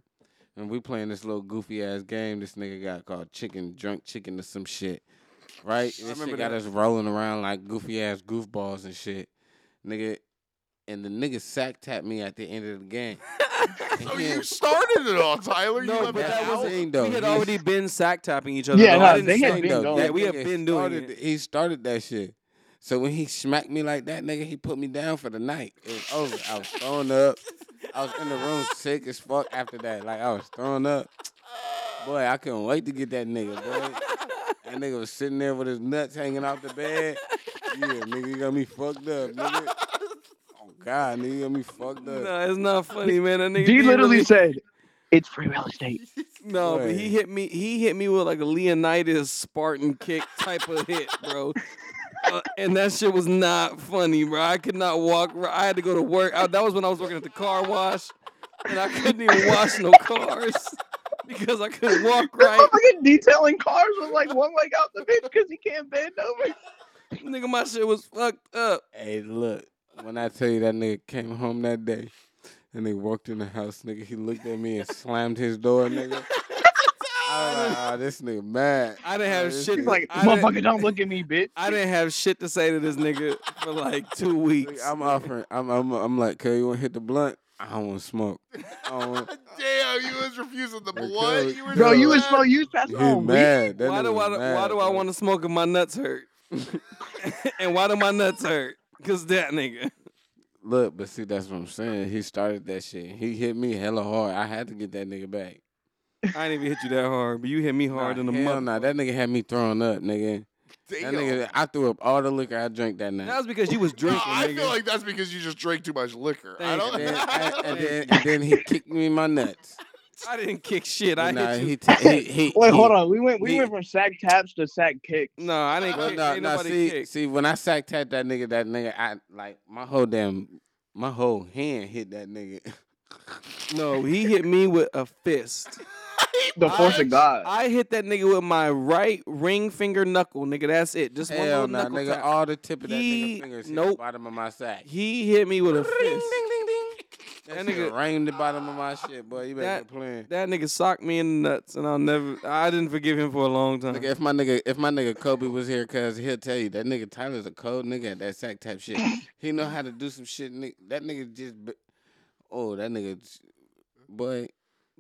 E: and we playing this little goofy ass game. This nigga got called chicken, drunk chicken or some shit, right? And this
C: remember
E: shit got
C: that.
E: us rolling around like goofy ass goofballs and shit, nigga. And the nigga sack tapped me at the end of the game. And
D: So
E: he
D: Oh, you
E: ain't-
D: started it all, Tyler. you
C: No,
D: let
C: but
D: me
C: that
D: out?
C: wasn't-
E: thing, though.
C: We had
E: He-
C: already been sack tapping each other.
F: Yeah,
C: though.
F: nah,
C: I didn't
F: they had
C: say-
E: thing,
F: been
E: though.
F: going.
E: That
C: Yeah, we have
E: nigga
C: been doing
E: started,
C: it.
E: He started that shit. So when he smacked me like that, nigga, he put me down for the night. It was over. I was thrown up. I was in the room sick as fuck after that. Like I was thrown up. Boy, I couldn't wait to get that nigga, boy. That nigga was sitting there with his nuts hanging off the bed. Yeah, nigga, you got me fucked up, nigga. Oh God, nigga, you got me fucked up.
C: No, it's not funny, man. That nigga
F: D literally
C: really-
F: said, "It's free real estate."
C: No, but he
E: Right.
C: hit me. He hit me with like a Leonidas Spartan kick type of hit, bro. Uh, and that shit was not funny, bro. I could not walk. Bro. I had to go to work. I, that was when I was working at the car wash, and I couldn't even wash no cars because I couldn't walk right.
F: Fucking detailing cars with like one leg out the bitch because he can't bend over.
C: Nigga, my shit was fucked up.
E: Hey, look, when I tell you that nigga came home that day and they walked in the house, nigga, he looked at me and slammed his door, nigga. I was like, ah, this nigga mad.
C: I didn't have
E: this
C: shit
E: nigga-
C: to
F: He's like,
C: I didn't-
F: motherfucker, don't look at me, bitch.
C: I didn't have shit to say to this nigga for like two weeks.
E: Nigga, I'm offering. I'm. I'm. I'm like, cuz you want to hit the blunt? I don't want to smoke. I don't want.
D: Damn, you was refusing the
E: Hey,
D: blood.
E: Coach.
D: You were
F: Bro,
D: so
F: you was
D: mad.
F: bro, you was passing
E: He
F: on weed.
E: mad. That
C: Oh, why do
E: nigga
C: I
E: mad,
C: why do I
E: bro.
C: want to smoke if my nuts hurt? and why do my nuts hurt? Cause that nigga.
E: Look, but see, that's what I'm saying. He started that shit. He hit me hella hard. I had to get that nigga back.
C: I didn't even hit you that hard, but you hit me hard
E: Nah,
C: in the
E: hell
C: mouth.
E: Nah, that nigga had me throwing up, nigga. That
D: Damn.
E: nigga, I threw up all the liquor I drank that night.
C: That was because you was drinking,
D: I
C: nigga.
D: feel like that's because you just drank too much liquor. I
C: Thanks,
D: don't.
E: and, then, and, and then, and then he kicked me in my nuts.
C: I didn't kick shit. I
E: nah,
C: hit you.
E: he, t- he, he,
F: Wait,
E: he-
F: hold on. We went we
E: he-
F: went from sack taps to sack kick.
C: no, I didn't.
E: Well,
C: kick.
E: no,
C: Ain't
E: no,
C: nobody
E: see,
C: kick.
E: see, when I sack tapped that nigga, that nigga, I like my whole damn, my whole hand hit that nigga.
C: No, he hit me with a fist.
F: The force of God.
C: I hit that nigga with my right ring finger knuckle, nigga. That's it. Just one
E: Hell
C: little
E: nah,
C: knuckle
E: nigga,
C: tap.
E: all the tip of that
C: He-
E: nigga fingers hit the
C: nope.
E: bottom of my sack.
C: He hit me with a fist. That
E: That nigga
C: nigga-
E: rang the bottom of my shit, boy. You better
C: That-
E: quit playing.
C: That nigga socked me in the nuts, and I'll never. I didn't forgive him for a long time.
E: Nigga, if my nigga, if my nigga Kobe was here, cause he'll tell you that nigga Tyler's a cold nigga at that sack type shit. He know how to do some shit. Nigga. That nigga just, b- oh, that nigga, j- boy.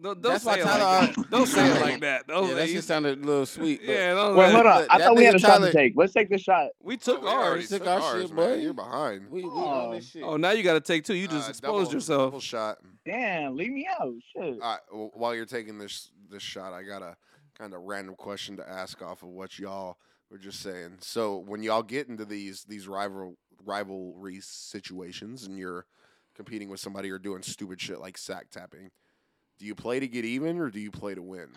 C: Don't, don't
E: That's why
C: say it
E: Tyler.
C: like that. Don't say it like that. Don't
E: Yeah,
C: say
E: that
C: Oh, you-
E: shit sounded a little sweet. But
C: Yeah, don't
F: Wait,
C: say
F: hold
C: it.
F: on.
E: look,
F: I
E: that
F: thought we had
E: nigga
F: a shot
E: Tyler-
F: to take. Let's take the shot.
C: We took
D: We
C: ours.
D: already
E: took our shit,
D: man.
E: boy.
D: You're behind.
E: we, we
F: Oh.
E: on this shit.
C: Oh, now you got to take two. You just
D: Uh,
C: exposed
D: double-
C: yourself.
D: Double shot.
F: Damn, leave me out. Shit.
D: All right, well, while you're taking this this shot, I got a kind of random question to ask off of what y'all were just saying. So when y'all get into these these rival rivalry situations and you're competing with somebody or doing stupid shit like sack tapping, do you play to get even or do you play to win?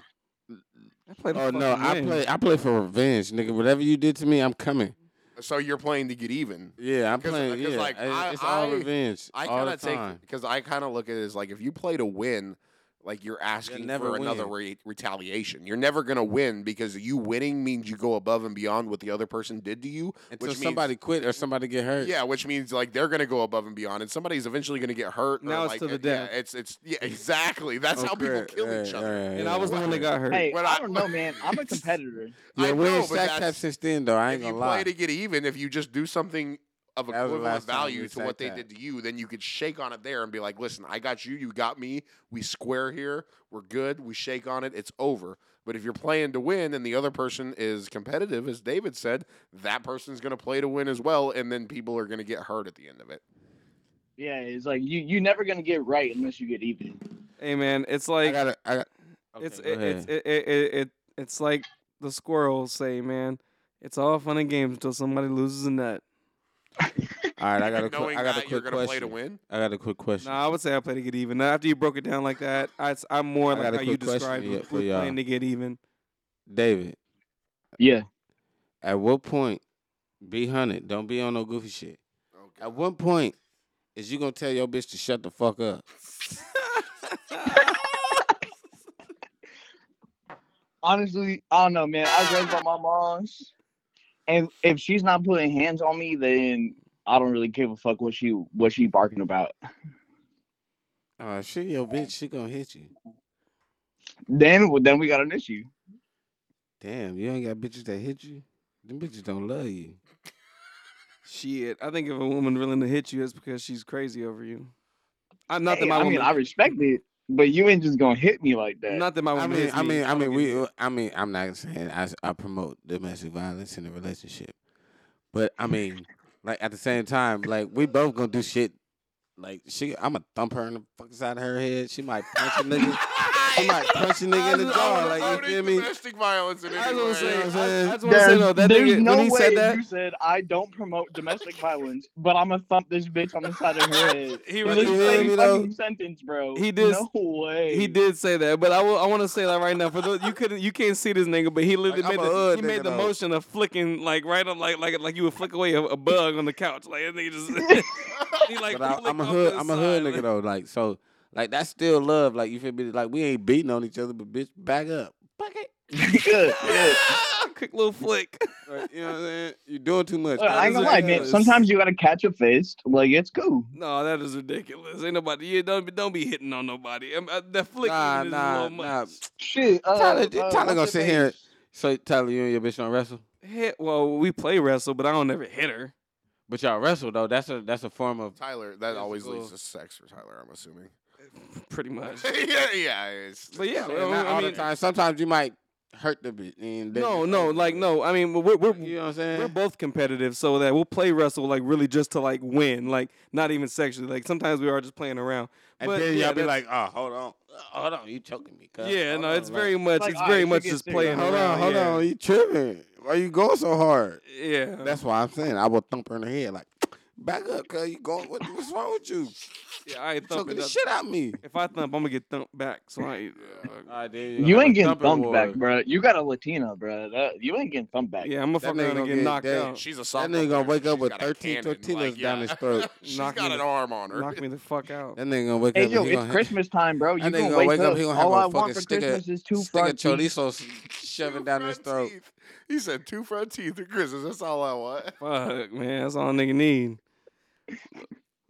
C: I played a
E: Oh no,
C: fucking
E: I
C: game.
E: play. I play for revenge, nigga. Whatever you did to me, I'm coming.
D: So you're playing to get even.
E: Yeah, I'm
D: 'Cause-
E: playing.
D: 'cause,
E: Yeah,
D: like,
E: I-
D: I-
E: it's all
D: I-
E: revenge.
D: I
E: all
D: kind
E: the
D: of take
E: time.
D: because I kind of look at it as like if you play to win, like you're asking
E: never
D: for another
E: win.
D: re- retaliation. You're never gonna win because you winning means you go above and beyond what the other person did to you,
E: until
D: which means-
E: somebody quit or somebody get hurt.
D: Yeah, which means like they're gonna go above and beyond, and somebody's eventually gonna get hurt. or,
C: Now it's
D: like,
C: to the
D: uh,
C: death.
D: Yeah, it's it's yeah, exactly. That's how people
E: Okay,
D: kill
E: Oh, yeah,
D: each other.
E: yeah,
C: And
E: yeah.
C: I was the one that got hurt.
F: Hey,
D: When
F: I
D: I-
F: don't know, man. I'm a competitor.
E: Yeah,
D: I
E: we
D: know,
E: ain't
D: but
E: stacked up
D: that's-
E: since then though. I ain't
D: If you
E: gonna
D: play
E: lie.
D: to get even, if you just do something of
E: That was the
D: equivalent
E: last time we
D: value to
E: said
D: what they
E: that.
D: did to you, then you could shake on it there and be like, "Listen, I got you. You got me. We square here. We're good. We shake on it. It's over." But if you're playing to win and the other person is competitive, as David said, that person's going to play to win as well, and then people are going to get hurt at the end of it.
F: Yeah, it's like you you never gonna get right unless you get even.
C: Hey man, it's
E: I
C: like
E: gotta. I got.
C: it's
E: Okay,
C: it,
E: go
C: it's
E: ahead.
C: it, it, it, it it's like the squirrels say, man. It's all fun and games until somebody loses a nut.
E: all right. I got a. Qu-
D: Knowing
E: I got a
D: that you're
E: quick
D: going to play to
E: question.
D: win.
E: I got a quick question.
C: No, I would say I play to get even. Now, after you broke it down like that, I, am more
E: I
C: like
E: got a
C: how you
E: quick question
C: described
E: here
C: it,
E: for
C: with
E: y'all.
C: playing to get even.
E: David,
F: Yeah.
E: at what point? Be hunted. Don't be on no goofy shit.
D: Okay.
E: At what point is you gonna tell your bitch to shut the fuck up?
F: Honestly, I don't know, man. I was raised by my mom's, and if she's not putting hands on me, then I don't really give a fuck what she what she barking about.
E: Oh, she your bitch. She gonna hit you.
F: Then then we got an issue.
E: Damn, you ain't got bitches that hit you. Them bitches don't love you.
C: Shit, I think if a woman willing to hit you, it's because she's crazy over you. I, not
F: Hey,
C: that my
F: I
C: woman.
F: mean, I respect it, but you ain't just gonna hit me like that.
C: not that my
E: I
C: woman.
E: mean,
C: hits
E: I
C: me,
E: mean, I
C: don't
E: mean,
C: get
E: we.
C: hit.
E: I mean, I'm not saying I, s- I promote domestic violence in a relationship, but I mean, like at the same time, like we both gonna do shit Like she, I'ma thump her in the fucking side of her head. She might punch a nigga. she might punch a nigga in the jaw. Oh, Like you feel me?
D: Oh, Domestic violence in
C: I
D: any
C: was
D: way.
C: gonna
E: I'm
C: say, I,
E: saying?
C: I just want to say though, "Oh, that
F: there's
C: nigga,
F: no
C: when he
F: way
C: said that,
F: you said I don't promote domestic violence, but I'm gonna thump this bitch on the side of her head.
C: He
F: It was
C: really
F: the
E: did,
F: same
E: you know?
F: fucking sentence, bro.
C: He did-
F: No way.
C: he did say that. But I want to say that right now. For those, you couldn't, you can't see this nigga, but he literally
E: Like, I'm
C: made
E: a
C: the,
E: hood
C: he made
E: nigga,
C: the
E: though.
C: motion of flicking like right on like like like you would flick away a, a bug on the couch. Like that nigga just. he like
E: But I,
C: flicked
E: I'm a
C: off
E: hood.
C: to the
E: I'm a hood
C: side,
E: nigga
C: like-
E: though. Like so, like that's still love. Like you feel me? Like we ain't beating on each other, but bitch, back up. Fuck it.
F: Good, good.
C: Quick little flick.
E: Like, you know what I'm saying? You're doing too much.
F: Look, I ain't gonna
C: That
F: lie,
C: is
F: man.
C: ridiculous.
F: Sometimes you gotta catch a fist. Like it's cool.
C: No, that is ridiculous. Ain't nobody. You don't don't be hitting on nobody. Um, uh, the flick
E: Nah,
C: is a
E: nah,
C: little
E: nah.
C: much.
F: Shit. Uh,
E: Tyler,
F: uh,
E: Tyler
F: what's
E: gonna
F: her
E: sit here
F: face?
E: So Tyler, you and your bitch don't wrestle,
C: Hit. Well, we play wrestle, but I don't ever hit her.
E: but y'all wrestle though. That's a that's a form of.
D: Tyler, that always
E: Physical.
D: leads to sex for Tyler, I'm assuming.
C: Pretty much.
D: yeah, yeah. It's,
C: But yeah,
E: Yeah,
C: well,
E: not
C: I
E: all
C: mean-
E: the time. Sometimes you might hurt the bitch. And then-
C: No, no, like no. I mean, we're we're,
E: You know what I'm
C: we're
E: saying?
C: both competitive, so that we'll play wrestle like really just to like win, like not even sexually. Like sometimes we are just playing around.
E: And
C: but
E: then
C: yeah,
E: y'all be
C: that's-
E: like, oh, hold on, Uh, hold on, you choking me? cuz.
C: yeah,
E: Hold
C: no,
E: on,
C: it's
E: like,
C: very much,
F: Like,
C: it's
F: all right,
C: very
F: so
C: much
F: get
C: just
F: serious.
C: playing.
E: Hold on,
C: around,
E: hold
C: yeah.
E: on, you tripping? Why you going so hard?
C: Yeah,
E: That's why I'm saying I will thump her in the head like, back up, cuz you going. What, what's wrong with you?
C: yeah. I ain't
E: Choking
C: thumping
E: the
C: up.
E: shit out me.
C: If I thump, I'm gonna get thumped back. So I ain't,
F: You ain't getting thumped back, bro. You got a Latina, bro. That, you ain't getting thumped back.
C: yeah, I'm gonna
E: That
C: fuck
E: nigga
C: around and
E: gonna
C: get
E: get
C: knocked
E: dead.
C: out.
D: She's a
E: That
D: soft
E: nigga gonna
D: mother.
E: wake up
D: She's
E: with
D: got a
E: 13
D: cannon,
E: tortillas
D: like,
E: down
D: yeah.
E: his throat.
D: She's
C: Knock
D: got
C: me
D: an
C: the-
D: arm on her.
C: Knock me the fuck out.
E: That nigga gonna wake
F: Hey
E: up.
F: yo,
E: and he
F: it's
E: gonna hit-
F: Christmas time, bro. You
E: That nigga
F: gonna
E: gonna
F: wake
E: wake up,
F: up?
E: he gonna have
F: All
E: a
F: I want
E: fucking
F: for
E: stick of-
F: Christmas is two
E: Stick a
F: front teeth.
E: chorizo shoving
D: Two
E: down his
D: front
E: throat.
D: teeth. He said two front teeth at Christmas. That's all I want.
C: Fuck, man, that's all a nigga need.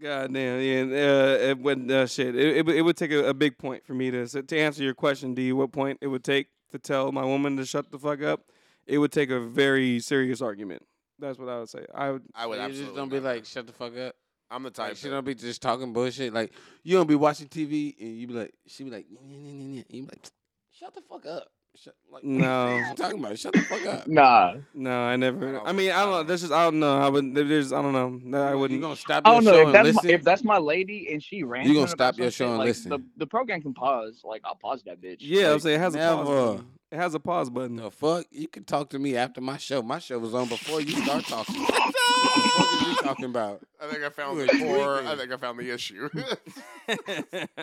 C: God damn, yeah. and, Uh, it would uh, shit. It, it, would- it would take a, a big point for me to s- to answer your question. D, what point it would take to tell my woman to shut the fuck up? It would take a very serious argument. That's what I would say. I would.
D: I would
E: you
D: absolutely.
E: just don't be
D: never.
E: like, shut the fuck up.
D: I'm the type.
E: Like, she
D: that-
E: don't be just talking bullshit. Like you don't be watching TV and you be like, she be like, "Nyeh, nyeh, nyeh, nyeh," and you be like, shut the fuck up. Shut, like,
C: No.
E: what you talking about? Shut the fuck up.
F: Nah,
C: No, I never.
D: don't-
C: I mean, I don't know. That's just I don't know. I wouldn't. there- There's I don't know. No, I
E: You
C: wouldn't.
E: gonna stop
F: I
E: your
F: don't know
E: show
F: if
E: and
F: that's my,
E: listen?
F: if that's my lady and she ran.
E: gonna stop your show and
F: like,
E: listen.
F: The, the program can pause. Like I'll pause that bitch.
C: yeah, I'm
F: Like,
C: saying it has a pause.
E: never.
C: Button. It has a pause button.
E: the fuck? You can talk to me after my show. My show was on before you start talking. what the fuck is you talking about?
D: I think I found
E: You
D: the
E: a
D: core. I
E: tweaking.
D: think I found the issue.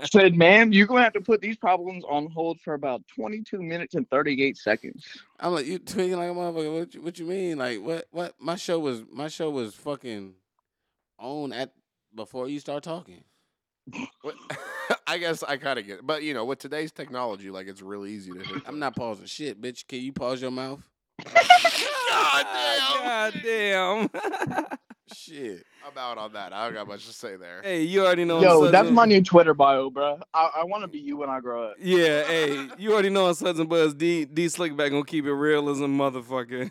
F: said, ma'am, you're gonna have to put these problems on hold for about 22 minutes and 38 seconds.
E: I'm like, you tweaking like a motherfucker. What you, what you mean? Like what what my show was my show was fucking on at before you start talking.
D: What- I guess I kind of get it. But, you know, with today's technology, like, it's really easy to hit.
E: I'm not pausing shit, bitch. Can you pause your mouth?
D: God
C: God damn.
E: Shit.
D: I'm out on that. I don't got much to say there.
C: hey, you already know.
F: Yo,
C: Suds
F: that's
C: and-
F: my new Twitter bio, bro. I, I want to be you when I grow up.
C: Yeah, hey, you already know on Suds and Buzz, D D Slickback gonna keep it realism, motherfucker.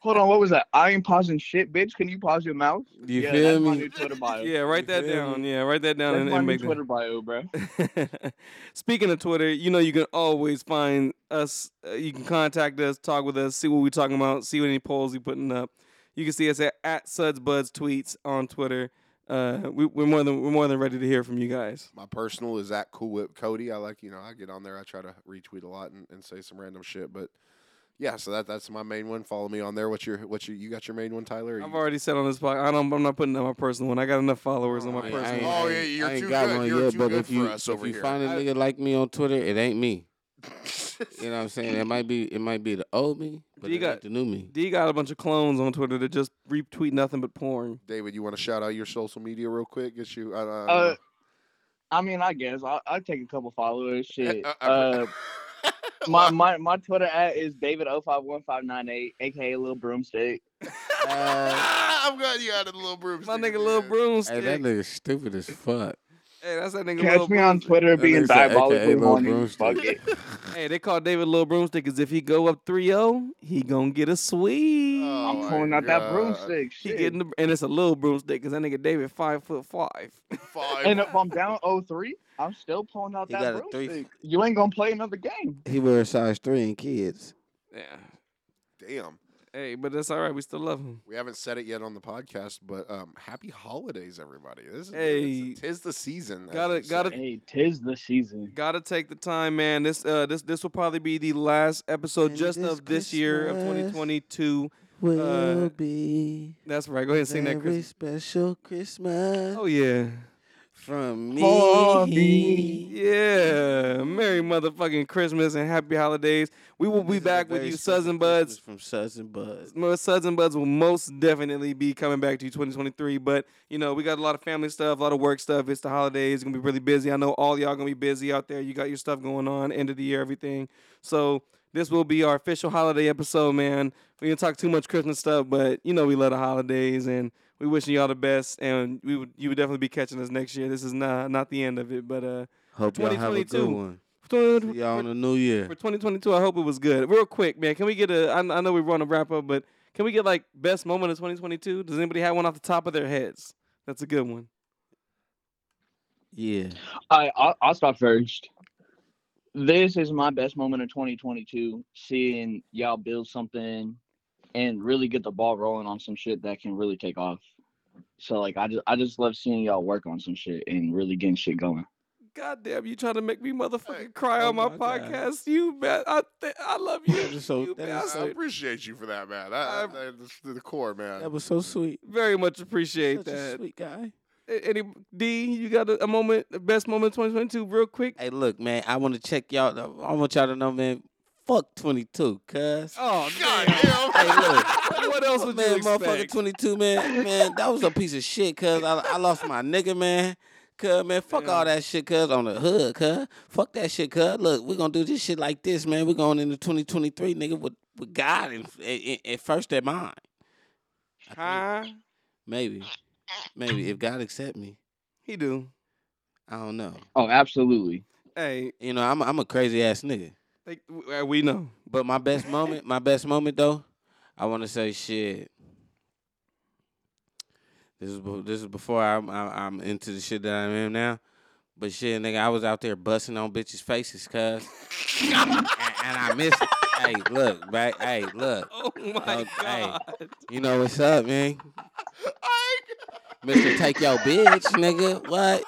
F: Hold on, what was that? I ain't pausing shit, bitch. Can you pause your mouth?
E: Do you
F: yeah,
E: feel
F: that's my
E: me?
F: new Twitter bio.
C: Yeah, write that
E: feel
C: down. Yeah, write that down
F: that's
C: and,
F: my
C: and
F: new
C: make
F: Twitter bio, bro.
C: that. Speaking of Twitter, you know you can always find us. Uh, you can contact us, talk with us, see what we're talking about, see what any polls we putting up. You can see us at, at Suds Buzz Tweets on Twitter. Uh, we, we're more than we're more than ready to hear from you guys.
D: My personal is at Cool Whip Cody. I like, you know, I get on there. I try to retweet a lot and, and say some random shit. But, yeah, so that that's my main one. Follow me on there. What's your, what's your, you got your main one, Tyler? or
C: I've
D: you-
C: already said on this podcast, I don't, I'm not putting out my personal one. I got enough followers on my
E: I- I
C: personal.
E: ain't-
C: one.
D: Oh,
E: I
D: yeah,
E: ain't-
D: you're
E: I ain't
D: too
E: got
D: good.
E: one
D: You're
E: yet,
D: too
E: but
D: good
E: if you,
D: for us
E: if
D: over
E: you
D: here.
E: find a
C: I-
E: nigga like me on Twitter, it ain't me. You know what I'm saying? It might be it might be the old me, but
C: You
E: it
C: got-
E: ain't the new me.
C: D got a bunch of clones on Twitter that just retweet nothing but porn.
D: David, you want to shout out your social media real quick? Get you. Uh,
F: Uh, I mean, I guess I I take a couple followers. Shit.
D: uh,
F: Uh, my my my Twitter at is David 051598 aka Little Broomstick.
E: Uh,
D: I'm glad you added a little broomstick.
C: My
D: at the
C: nigga, little
D: end.
E: hey,
C: broomstick.
E: that nigga stupid as fuck.
C: Hey, that's that nigga. Lil
F: Catch me on
C: Broomstick.
F: Twitter
E: That
F: being
E: nigga said, AKA
F: diabolically
E: Lil
F: horny.
E: Broomstick.
F: Fuck it.
C: Hey, they call David Little Broomstick because if he go up 3-0, he gonna get a sweep.
D: Oh
F: I'm
D: my
F: pulling out that
D: God.
F: broomstick.
C: he
F: Shit.
C: getting the, and it's a little broomstick because that nigga David five foot five.
D: Five.
F: and uh, if I'm down 03, I'm still pulling out
E: He got
F: that
E: a three.
F: broomstick. You ain't gonna play another game.
E: He wears size three in kids.
C: Yeah.
D: Damn.
C: Hey, but that's all right. We still love him.
D: We haven't said it yet on the podcast, but um, happy holidays, everybody! This is
C: Hey.
D: it's- tis the season. as
C: Gotta-
D: we say.
C: gotta-
F: Hey, tis the season.
C: Gotta take the time, man. This uh this this will probably be the last episode
E: And
C: just
E: this
C: of this year of
E: Christmas
C: 2022.
E: Will
C: Uh,
E: be
C: That's right. Go ahead and sing that.
E: very
C: Chris.
E: special Christmas
C: Oh yeah,
E: from
C: For
E: me.
C: yeah. Merry motherfucking Christmas and happy holidays. We will be
E: This is a
C: back with
E: very
C: you,
E: special
C: Suds and Buds.
E: Christmas From Suds and Buds.
C: Mo- Suds and Buds will most definitely be coming back to you 2023. But you know, we got a lot of family stuff, a lot of work stuff. It's the holidays, it's gonna be really busy. I know all y'all gonna be busy out there. You got your stuff going on, end of the year, everything. So this will be our official holiday episode, man. We didn't talk too much Christmas stuff, but you know we love the holidays and we wishing y'all the best. And we would you would definitely be catching us next year. This is not not the end of it, but uh
E: Hope y'all have a good
C: 2022.
E: one.
C: for-
E: See y'all in the new year.
C: for 2022, I hope it was good. Real quick, man, can we get a? I, I know we want to wrap up, but can we get like best moment of 2022? Does anybody have one off the top of their heads? That's a good one.
E: Yeah.
F: I I'll, I'll stop first. This is my best moment of 2022. Seeing y'all build something and really get the ball rolling on some shit that can really take off. So like I just I just love seeing y'all work on some shit and really getting shit going.
C: Goddamn, you trying to make me motherfucking cry
E: oh
C: on my
E: my God.
C: podcast? You bet. I th- I love you.
E: That is so-
C: you
E: that is
D: I
C: bastard.
D: appreciate you for that, man. I, I,
C: I'm-
D: I- that's to the core, man.
E: That was so sweet.
C: Very much appreciate
E: Such a
C: that.
E: sweet guy.
C: A- Any D, you got a, a moment, the best moment of 2022, real quick.
E: Hey, look, man. I want to check y'all. I want y'all to know, man. Fuck 22, cuz.
C: Oh
D: God
C: damn.
E: Hey,
D: damn.
E: look.
C: What else would
E: man,
C: you
E: motherfucker,
C: expect?
E: 22, man. Man, that was a piece of shit, cuz. I, I lost my nigga, man. Cuz, man, fuck all that shit, cuz, on the hood, cuz. Fuck that shit, cuz. Look, we're going to do this shit like this, man. We're going into 2023, nigga, with, with God in, in, in first at mind.
C: Huh?
E: Maybe. Maybe. If God accept me.
C: He do.
E: I don't know.
F: Oh, absolutely.
C: Hey,
E: You know, I'm a, I'm a crazy ass nigga.
C: they, w- uh, we know.
E: But my best moment, my best moment though, I want to say shit. This is be- this is before I'm I, I'm into the shit that I am now. But shit, nigga, I was out there busting on bitches' faces, cuz, and, and I missed. It. Hey, look, right? Hey, look.
C: Oh my
E: Oh, hey.
C: god.
E: You know what's up, man? Mister, take your bitch, nigga. What?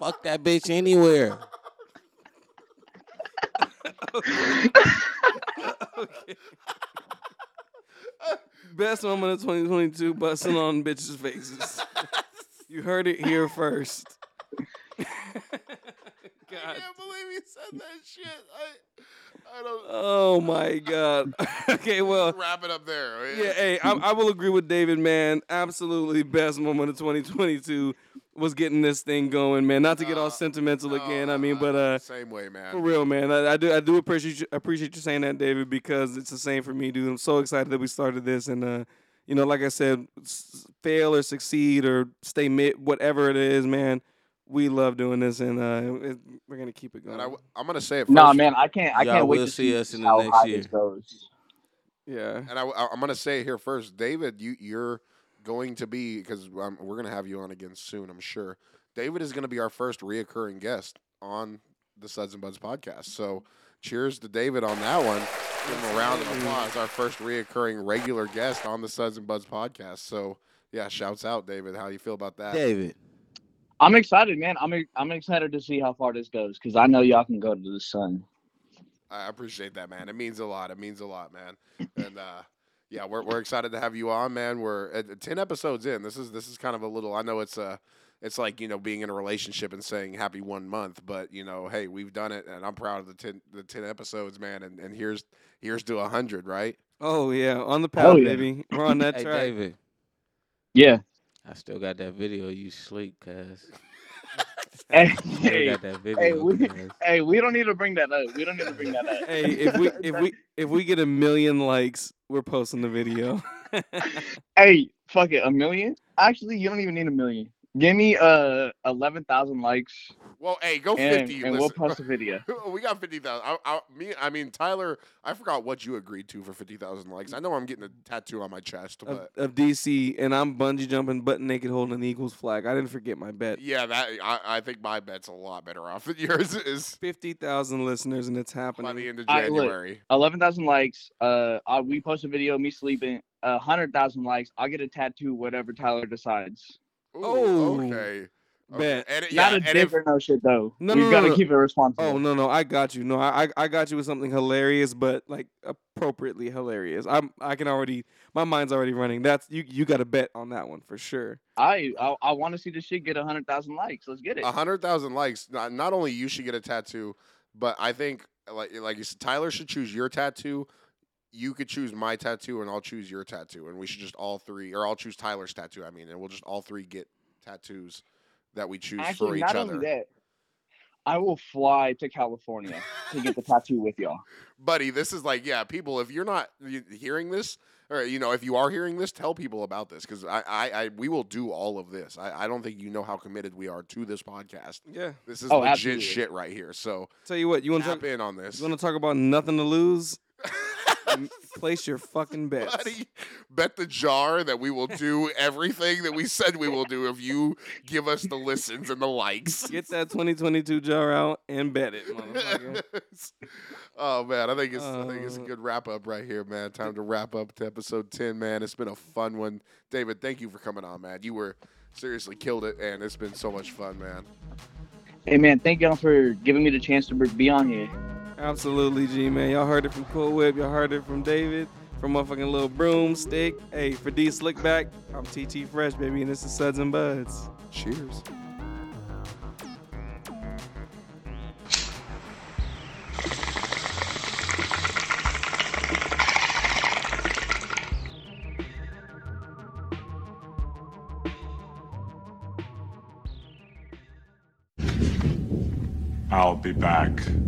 E: Fuck that bitch anywhere.
C: Best moment of 2022, busting on bitches' faces. you heard it here first.
D: I
C: God.
D: can't believe he said that shit. I, I don't.
C: Oh my God. okay, well,
D: wrap it up there. man.
C: yeah, hey, I, I will agree with David, man. Absolutely, best moment of 2022 was getting this thing going, man. Not to get all
D: Uh,
C: sentimental
D: No,
C: again. I
D: I-
C: mean,
D: I-
C: but uh,
D: same way, man.
C: For real, man. I, I do. I do appreciate you, appreciate you saying that, David, because it's the same for me, dude. I'm so excited that we started this, and uh, you know, like I said, s- fail or succeed or stay mid, whatever it is, man. We love doing this, and uh, it, we're gonna keep it going.
D: And I, am gonna say it first.
F: Nah, man, I can't I
E: Y'all
F: can't wait
E: will
F: to
E: see
F: see
E: us in the
F: how
E: next
F: high
E: year.
F: this goes.
C: yeah.
D: And I, am gonna say it here first, David. You, you're going to be because we're gonna have you on again soon. I'm sure. David is gonna be our first reoccurring guest on the Suds and Buds podcast. So, cheers to David on that one. Give him a round of applause. Our first reoccurring regular guest on the Suds and Buds podcast. So, yeah, shouts out, David. How you feel about that?
E: David,
F: I'm excited, man. I'm I'm excited to see how far this goes because I know y'all can go to the sun.
D: I appreciate that, man. It means a lot. It means a lot, man. And uh, yeah, we're, we're excited to have you on, man. We're at at ten episodes in. This is this is kind of a little. I know it's uh it's like you know being in a relationship and saying happy one month, but you know, hey, we've done it, and I'm proud of the ten the ten episodes, man. And and here's here's to a hundred, right?
C: Oh yeah, on the
F: Hell
C: path,
F: yeah.
C: baby. We're on that
E: hey
C: track.
E: David,
F: Yeah.
E: I still got that video. You sleep, cuz.
F: Hey,
E: Still
F: hey,
E: got that video.
F: we-
E: cuz.
F: hey, we don't need to bring that up. We don't need to bring that up.
C: Hey, if we if we if we get a million likes, we're posting the video.
F: Hey, fuck it, a million? Actually, you don't even need a million. Give me uh eleven thousand likes,
D: Well, hey, go
F: and,
D: fifty.
F: and we'll
D: listen.
F: post a video.
D: we got fifty thousand. I, I, me, I mean Tyler. I forgot what you agreed to for fifty thousand likes. I know I'm getting a tattoo on my chest,
C: of,
D: but
C: of DC, and I'm bungee jumping, butt naked, holding the Eagles flag. I didn't forget my
F: Uh,
C: bet.
D: yeah, that I, I think my bet's a lot better off than yours is.
C: Fifty thousand listeners, and it's
D: by the
C: happening.
D: end of
F: All right, look.
D: January.
F: Eleven thousand likes. Uh, I, we post a video of me sleeping, a hundred thousand likes, I'll get a tattoo, whatever Tyler decides.
D: Ooh,
C: Oh,
D: okay. Okay.
C: bet.
D: And, it-
F: Not
D: yeah,
F: a
D: and
F: dick
D: if,
F: or no shit though.
C: No,
F: We've
C: no,
F: got to
C: no, no.
F: keep it responsible.
C: Oh no no I got you no I I- I got you with something hilarious but like appropriately hilarious I'm I can already my mind's already running that's you you got to bet on that one for sure
F: I I, I want to see this shit get a hundred thousand likes. Let's get it.
D: A hundred thousand likes. Not, not only you should get a tattoo, but I think like like you said, Tyler should choose your tattoo. You could choose my tattoo, and I'll choose your tattoo, and we should just all three, or I'll choose Tyler's tattoo. I mean, and we'll just all three get tattoos that we choose for
F: Actually,
D: each
F: not
D: other.
F: only that, I will fly to California to get the tattoo with y'all.
D: buddy this is like yeah people if you're not y- hearing this or you know if you are hearing this tell people about this because I, I i we will do all of this I, I don't think you know how committed we are to this podcast
C: yeah
D: this is
F: Oh,
D: legit
F: absolutely.
D: shit right here so
C: tell you what you want to
D: tap
C: talk,
D: in on this
C: you want to talk about nothing to lose M- place your fucking bets
D: buddy bet the jar that we will do everything that we said we will do if you give us the listens and the likes
C: get that 2022 jar out and bet it motherfucker.
D: oh man, I think it's I think it's a
C: Uh,
D: good wrap up right here, man. Time to wrap up to episode ten, man. It's been a fun one, David. Thank you for coming on, man. You were seriously killed it, and it's been so much fun, man.
F: Hey man, thank y'all for giving me the chance to be on here.
C: absolutely G man y'all heard it from Cool Whip y'all heard it from David from motherfucking little broomstick hey for D Slickback I'm TT Fresh baby and this is Suds and Buds.
D: Cheers.
G: I'll be back.